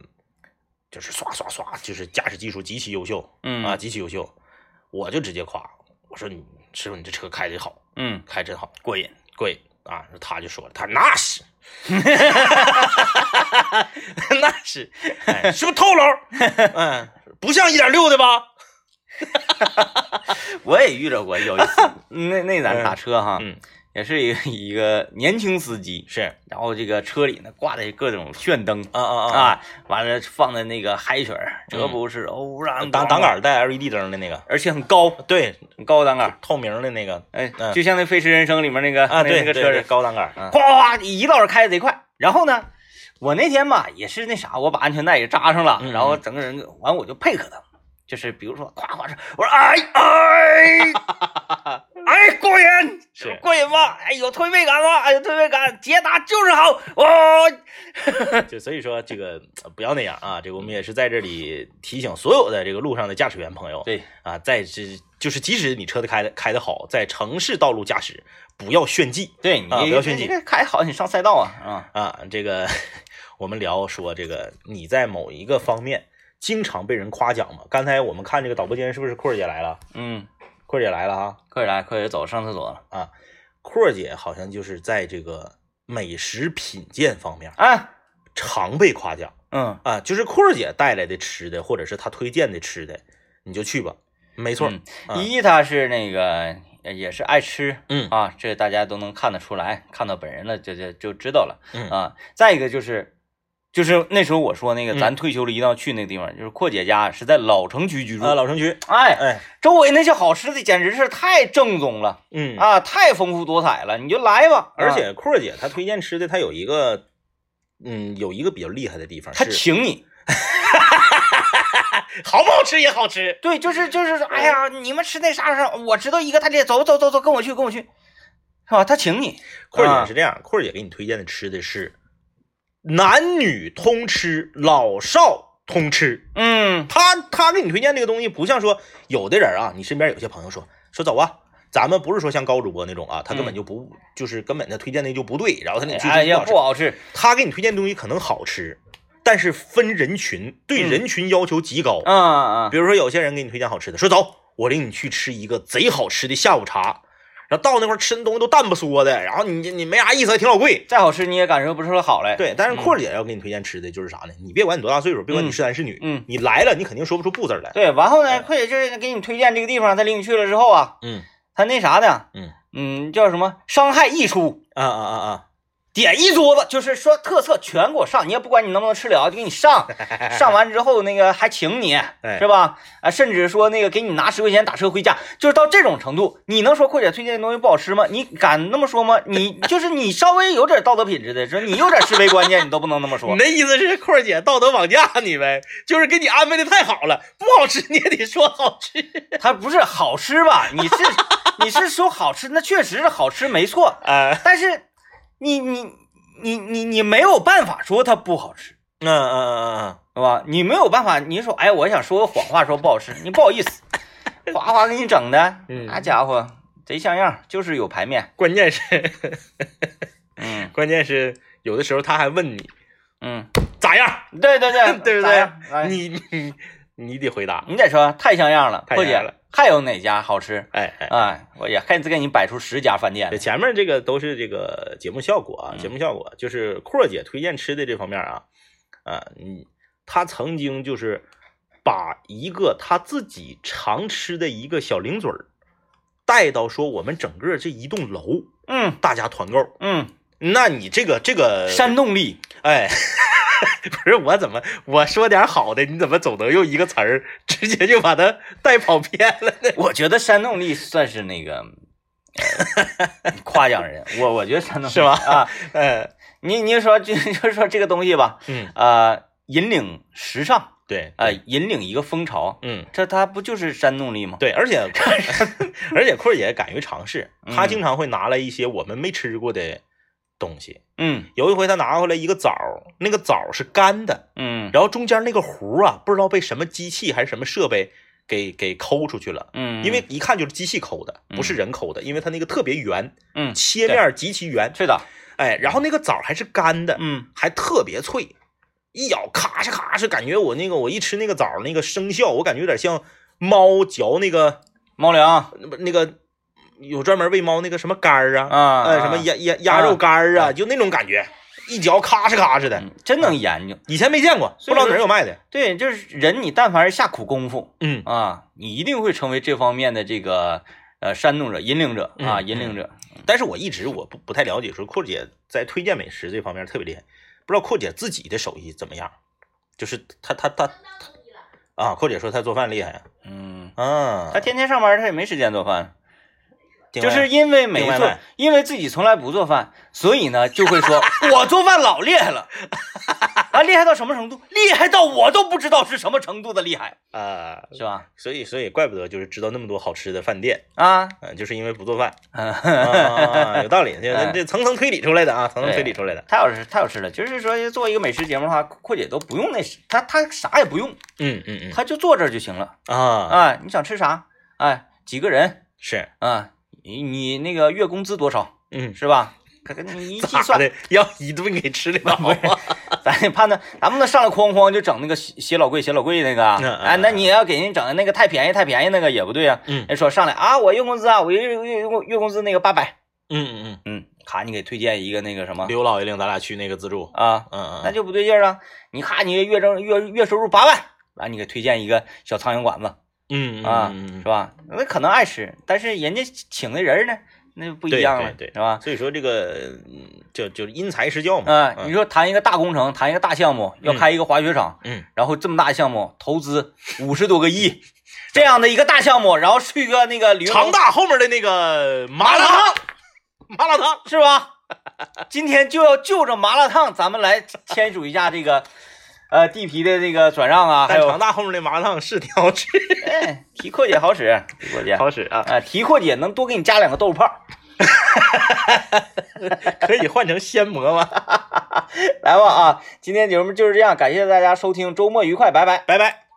[SPEAKER 2] 就是刷刷刷，就是驾驶技术极其优秀
[SPEAKER 1] 嗯
[SPEAKER 2] 啊，极其优秀。我就直接夸我说你师傅，你这车开的好，
[SPEAKER 1] 嗯，
[SPEAKER 2] 开真好，
[SPEAKER 1] 过瘾，
[SPEAKER 2] 贵啊！他就说了，他那是， *laughs* 那是，哎、是不是透漏？嗯，不像一点六的吧？ *laughs*
[SPEAKER 1] 我也遇着过，有一次嗯那那咱打车哈，
[SPEAKER 2] 嗯，
[SPEAKER 1] 也是一个一个年轻司机，
[SPEAKER 2] 是，
[SPEAKER 1] 然后这个车里呢挂的各种炫灯
[SPEAKER 2] 啊啊啊！嗯
[SPEAKER 1] 啊，完了放的那个嗨曲儿，这不是偶然
[SPEAKER 2] 挡挡
[SPEAKER 1] 光啊，
[SPEAKER 2] 杆带 LED 灯的那个，
[SPEAKER 1] 而且很高，
[SPEAKER 2] 对，
[SPEAKER 1] 很高的挡杆。
[SPEAKER 2] 透明的那个
[SPEAKER 1] 哎，
[SPEAKER 2] 嗯
[SPEAKER 1] 就像那《飞驰人生》里面那个
[SPEAKER 2] 啊，
[SPEAKER 1] 那
[SPEAKER 2] 对，
[SPEAKER 1] 那个
[SPEAKER 2] 对
[SPEAKER 1] 车
[SPEAKER 2] 对
[SPEAKER 1] 似的，
[SPEAKER 2] 高挡杆，嗯
[SPEAKER 1] 啊
[SPEAKER 2] *laughs*
[SPEAKER 1] 哗哗哗，一道开贼快。然后呢，我那天吧也是那啥，我把安全带也扎上了，
[SPEAKER 2] 嗯嗯
[SPEAKER 1] 然后整个人完我就配合他，就是比如说夸夸是，我说哎 *laughs* 哎哎过瘾，
[SPEAKER 2] 是
[SPEAKER 1] 过瘾吧？哎有推背感吧？哎有推背感，捷达就是好，哦，
[SPEAKER 2] 就所以说这个呃不要那样啊，这个我们也是在这里提醒所有的这个路上的驾驶员朋友，
[SPEAKER 1] 对，
[SPEAKER 2] 啊，在这就是即使你车子开的开的好，在城市道路驾驶不要炫技
[SPEAKER 1] 对你
[SPEAKER 2] 啊不要炫技
[SPEAKER 1] 你这开好，你上赛道啊啊，
[SPEAKER 2] 啊。这个我们聊说这个你在某一个方面经常被人夸奖嘛？刚才我们看这个导播间是不是库儿姐来了？
[SPEAKER 1] 嗯，
[SPEAKER 2] 库儿姐来了哈，
[SPEAKER 1] 快点来，快点走，上厕所了。
[SPEAKER 2] 库儿姐好像就是在这个美食品鉴方面
[SPEAKER 1] 哎，
[SPEAKER 2] 常被夸奖。
[SPEAKER 1] 嗯，
[SPEAKER 2] 啊，就是库儿姐带来的吃的，或者是她推荐的吃的，你就去吧。没错，
[SPEAKER 1] 嗯
[SPEAKER 2] 啊
[SPEAKER 1] 一他是那个呃也是爱吃，
[SPEAKER 2] 嗯
[SPEAKER 1] 啊，这大家都能看得出来，看到本人了就就就知道了，
[SPEAKER 2] 嗯
[SPEAKER 1] 啊。再一个就是，就是那时候我说那个
[SPEAKER 2] 嗯
[SPEAKER 1] 咱退休了一定要去那个地方，就是阔姐家是在老城区居住，
[SPEAKER 2] 啊，老城区，
[SPEAKER 1] 哎，
[SPEAKER 2] 哎，
[SPEAKER 1] 周围那些好吃的简直是太正宗了
[SPEAKER 2] 嗯，
[SPEAKER 1] 啊，太丰富多彩了，你就来吧。
[SPEAKER 2] 而
[SPEAKER 1] 啊
[SPEAKER 2] 且库儿姐她推荐吃的，她有一个，嗯，有一个比较厉害的地方，
[SPEAKER 1] 他
[SPEAKER 2] 是
[SPEAKER 1] 请你，
[SPEAKER 2] 好不好吃也好吃。
[SPEAKER 1] 对，就是就是说，哎呀，你们吃那啥啥，我知道一个他这走走走走，跟我去跟我去，是吧？他请你，
[SPEAKER 2] 库儿
[SPEAKER 1] 啊
[SPEAKER 2] 姐是这样，库儿姐给你推荐的吃的是男女通吃，老少通吃。
[SPEAKER 1] 嗯，
[SPEAKER 2] 她她给你推荐这个东西，不像说有的人啊，你身边有些朋友说说走啊。咱们不是说像高主播那种啊，他根本就不、就是根本他推荐的就不对，然后他给你推
[SPEAKER 1] 哎
[SPEAKER 2] 荐
[SPEAKER 1] 呀，
[SPEAKER 2] 好吃
[SPEAKER 1] 不好吃。
[SPEAKER 2] 他给你推荐的东西可能好吃，但是分人群，对
[SPEAKER 1] 嗯
[SPEAKER 2] 人群要求极高。
[SPEAKER 1] 啊啊
[SPEAKER 2] 比如说有些人给你推荐好吃的，说走，我领你去吃一个贼好吃的下午茶，然后到那块儿吃的东西都淡不缩的，然后你你没啥意思，还挺老贵。
[SPEAKER 1] 再好吃你也感受不出来好来。，
[SPEAKER 2] 对，但是阔儿姐要给你推荐吃的就是啥呢？你别管你多大岁数，别管你是男是女，
[SPEAKER 1] 嗯嗯
[SPEAKER 2] 你来了你肯定说不出不字儿来。
[SPEAKER 1] 对，完后呢，快姐就是给你推荐这个地方，他领你去了之后啊，
[SPEAKER 2] 嗯
[SPEAKER 1] 他那啥呢？
[SPEAKER 2] 嗯
[SPEAKER 1] 嗯，叫什么？伤害溢出，
[SPEAKER 2] 啊啊啊啊！
[SPEAKER 1] 点一桌子，就是说特色全给我上，你也不管你能不能吃了，就给你 *laughs* 上。上完之后那个还请你，是吧？啊，甚至说那个给你拿十块钱打车回家，就是到这种程度。你能说阔姐推荐的东西不好吃吗？你敢那么说吗？你就是你稍微有点道德品质的，说你有点是非观念，你都不能那么说
[SPEAKER 2] 你。的意思是阔儿姐道德绑架你呗？就是给你安排的太好了，不好吃你也得说
[SPEAKER 1] *laughs*
[SPEAKER 2] 好吃。
[SPEAKER 1] 它不是好吃吧？你
[SPEAKER 2] *laughs*
[SPEAKER 1] 是你是说好吃，那确实是好吃，没错。
[SPEAKER 2] 哎、
[SPEAKER 1] 但是你你你你你没有办法说它不好吃，
[SPEAKER 2] 嗯嗯嗯嗯。
[SPEAKER 1] 对吧？你没有办法，你说哎，我想说个谎话，说不好吃，你不好意
[SPEAKER 2] *laughs*
[SPEAKER 1] 思，哗哗给你整的，
[SPEAKER 2] 嗯
[SPEAKER 1] 那家伙贼像样，就是有排面。
[SPEAKER 2] 关键是，
[SPEAKER 1] 嗯
[SPEAKER 2] 关键是有的时候他还问你 *laughs*
[SPEAKER 1] 嗯，
[SPEAKER 2] 咋样，
[SPEAKER 1] 对对对，
[SPEAKER 2] 对不
[SPEAKER 1] 咋样
[SPEAKER 2] 对？
[SPEAKER 1] 来
[SPEAKER 2] 你你你得回答，
[SPEAKER 1] 你得说太像样了，
[SPEAKER 2] 太
[SPEAKER 1] 慧
[SPEAKER 2] 像
[SPEAKER 1] 姐
[SPEAKER 2] 样了
[SPEAKER 1] 还有哪家好吃？
[SPEAKER 2] 哎哎，
[SPEAKER 1] 哎，我也还得给你摆出十家饭店来。
[SPEAKER 2] 这哎前面这个都是这个节目效果啊，
[SPEAKER 1] 嗯
[SPEAKER 2] 节目效果就是库儿姐推荐吃的这方面啊，啊，你她曾经就是把一个她自己常吃的一个小零嘴儿带到说我们整个这一栋楼
[SPEAKER 1] 嗯
[SPEAKER 2] 大家团购，
[SPEAKER 1] 嗯，
[SPEAKER 2] 那你这个这个
[SPEAKER 1] 山洞里
[SPEAKER 2] 哎， *laughs* 不是我怎么我说点好的，你怎么总能用一个词儿直接就把它带跑偏了呢？
[SPEAKER 1] *laughs*
[SPEAKER 2] *laughs*
[SPEAKER 1] 我觉得山洞力算是那个、呃 *laughs* 夸奖人，我我觉得山洞力
[SPEAKER 2] 是吧 *laughs*
[SPEAKER 1] 啊，
[SPEAKER 2] 嗯
[SPEAKER 1] 你你说 *laughs* 就就是说这个东西吧，
[SPEAKER 2] 嗯，
[SPEAKER 1] 呃，引领时尚，
[SPEAKER 2] 对，
[SPEAKER 1] 呃，引领一个风潮，
[SPEAKER 2] 嗯
[SPEAKER 1] 这它不就是山洞力吗？
[SPEAKER 2] 对，
[SPEAKER 1] *laughs*
[SPEAKER 2] 而且而且库儿姐敢于尝试，她
[SPEAKER 1] 嗯
[SPEAKER 2] 经常会拿来一些我们没吃过的东西。
[SPEAKER 1] 嗯
[SPEAKER 2] 有一回她拿回来一个枣儿，那个枣儿是干的，
[SPEAKER 1] 嗯
[SPEAKER 2] 然后中间那个核啊，不知道被什么机器还是什么设备给给抠出去了。
[SPEAKER 1] 嗯，
[SPEAKER 2] 因为一看就是机器抠的，不是
[SPEAKER 1] 嗯
[SPEAKER 2] 人抠的，因为它那个特别圆，
[SPEAKER 1] 嗯
[SPEAKER 2] 切
[SPEAKER 1] 对
[SPEAKER 2] 面儿极其圆，
[SPEAKER 1] 是的，
[SPEAKER 2] 哎，然后那个枣儿还是干的，
[SPEAKER 1] 嗯
[SPEAKER 2] 还特别脆，一咬咔哧咔哧，感觉我那个我一吃那个枣儿那个生效，我感觉有点像猫嚼那个
[SPEAKER 1] 猫粮啊
[SPEAKER 2] 那个有专门喂猫那个什么干儿啊，
[SPEAKER 1] 啊，
[SPEAKER 2] 呃，什么
[SPEAKER 1] 也
[SPEAKER 2] 鸭鸭鸭肉干儿啊，就那种感觉，一嚼咔哧咔哧的，
[SPEAKER 1] 真能研究。
[SPEAKER 2] 以前没见过，不
[SPEAKER 1] 所以
[SPEAKER 2] 知道哪儿
[SPEAKER 1] 说
[SPEAKER 2] 有卖的。
[SPEAKER 1] 对，就是人，你但凡是下苦功夫
[SPEAKER 2] 嗯，
[SPEAKER 1] 啊，你一定会成为这方面的这个呃煽动者、引领者啊，
[SPEAKER 2] 嗯
[SPEAKER 1] 引领者。
[SPEAKER 2] 但是我一直我不不太了解，说阔姐在推荐美食这方面特别厉害，不知道阔姐自己的手艺怎么样，就是她她她她啊，阔姐说他做饭厉害啊呀，
[SPEAKER 1] 嗯，
[SPEAKER 2] 嗯，
[SPEAKER 1] 他天天上班，他也没时间做饭，
[SPEAKER 2] 定
[SPEAKER 1] 就
[SPEAKER 2] 位
[SPEAKER 1] 是因为没
[SPEAKER 2] 订外
[SPEAKER 1] 做
[SPEAKER 2] 卖，
[SPEAKER 1] 因为自己从来不做饭，所以呢就会
[SPEAKER 2] *laughs*
[SPEAKER 1] 说我做饭老厉害了，啊，厉害到什么程度？厉害到我都不知道是什么程度的厉害，
[SPEAKER 2] 啊，
[SPEAKER 1] 是吧？
[SPEAKER 2] 所以所以怪不得就是知道那么多好吃的饭店，
[SPEAKER 1] 啊，
[SPEAKER 2] 嗯，就是因为不做饭，啊，
[SPEAKER 1] 啊
[SPEAKER 2] *laughs* 有道理，这
[SPEAKER 1] 哎
[SPEAKER 2] 这这层层推理出来的啊，层层推理出来的，
[SPEAKER 1] 太好吃，太好吃了。就是说，做一个美食节目的话，阔姐都不用那，她她啥也不用，
[SPEAKER 2] 嗯嗯嗯，
[SPEAKER 1] 她就坐这儿就行了。
[SPEAKER 2] 啊，
[SPEAKER 1] 啊，你想吃啥？哎，几个人？
[SPEAKER 2] 是，
[SPEAKER 1] 啊，你你那个月工资多少？
[SPEAKER 2] 嗯，
[SPEAKER 1] 是吧？可可你一计
[SPEAKER 2] 咋
[SPEAKER 1] 算，
[SPEAKER 2] 的？ *laughs* 要一顿给吃 *laughs* 了
[SPEAKER 1] *laughs*
[SPEAKER 2] 啊？
[SPEAKER 1] 咱得判断，咱不能上来哐哐就整那个写写老贵写老贵那个啊
[SPEAKER 2] 嗯嗯，
[SPEAKER 1] 哎，那你要给人整那个太便宜太便宜那个也不对啊。
[SPEAKER 2] 嗯
[SPEAKER 1] 人说上来啊，我月工资啊，我月月月月月工资那个八百，
[SPEAKER 2] 嗯嗯
[SPEAKER 1] 嗯，卡你给推荐一个那个什么
[SPEAKER 2] 嗯， *laughs* 刘老爷领咱俩去那个自助，
[SPEAKER 1] 啊，
[SPEAKER 2] 嗯嗯，
[SPEAKER 1] 那就不对劲儿啊。你看你月挣月月收入八万，完、你给推荐一个小苍蝇馆子
[SPEAKER 2] 嗯
[SPEAKER 1] 啊，
[SPEAKER 2] 嗯嗯
[SPEAKER 1] 是吧？那可能爱吃，但是人家请的人儿呢，那不一样了，
[SPEAKER 2] 对对对
[SPEAKER 1] 是吧？
[SPEAKER 2] 所以说这个嗯就就是因材施教嘛。
[SPEAKER 1] 啊、你说谈一个大工程，谈一个大项目，要开一个滑雪场，
[SPEAKER 2] 嗯，
[SPEAKER 1] 然后这么大项目投资五十多个亿，这样的一个大项目，然后去个那个旅游
[SPEAKER 2] 长大后面的那个麻辣烫， *laughs* 麻辣烫，
[SPEAKER 1] 是吧？今天就要就着麻辣烫，咱们来签署一下这个，呃，地皮的这个转让啊，还
[SPEAKER 2] 但长
[SPEAKER 1] 有，
[SPEAKER 2] 大后面的麻辣烫是挺好吃，
[SPEAKER 1] 哎，提阔姐好使，提阔姐，啊、
[SPEAKER 2] 好使啊，
[SPEAKER 1] 提阔姐能多给你加两个豆腐泡儿，
[SPEAKER 2] *laughs* 可以换成鲜馍吗？
[SPEAKER 1] 来吧啊！今天节目就是这样，感谢大家收听，周末愉快，拜拜。
[SPEAKER 2] 拜拜。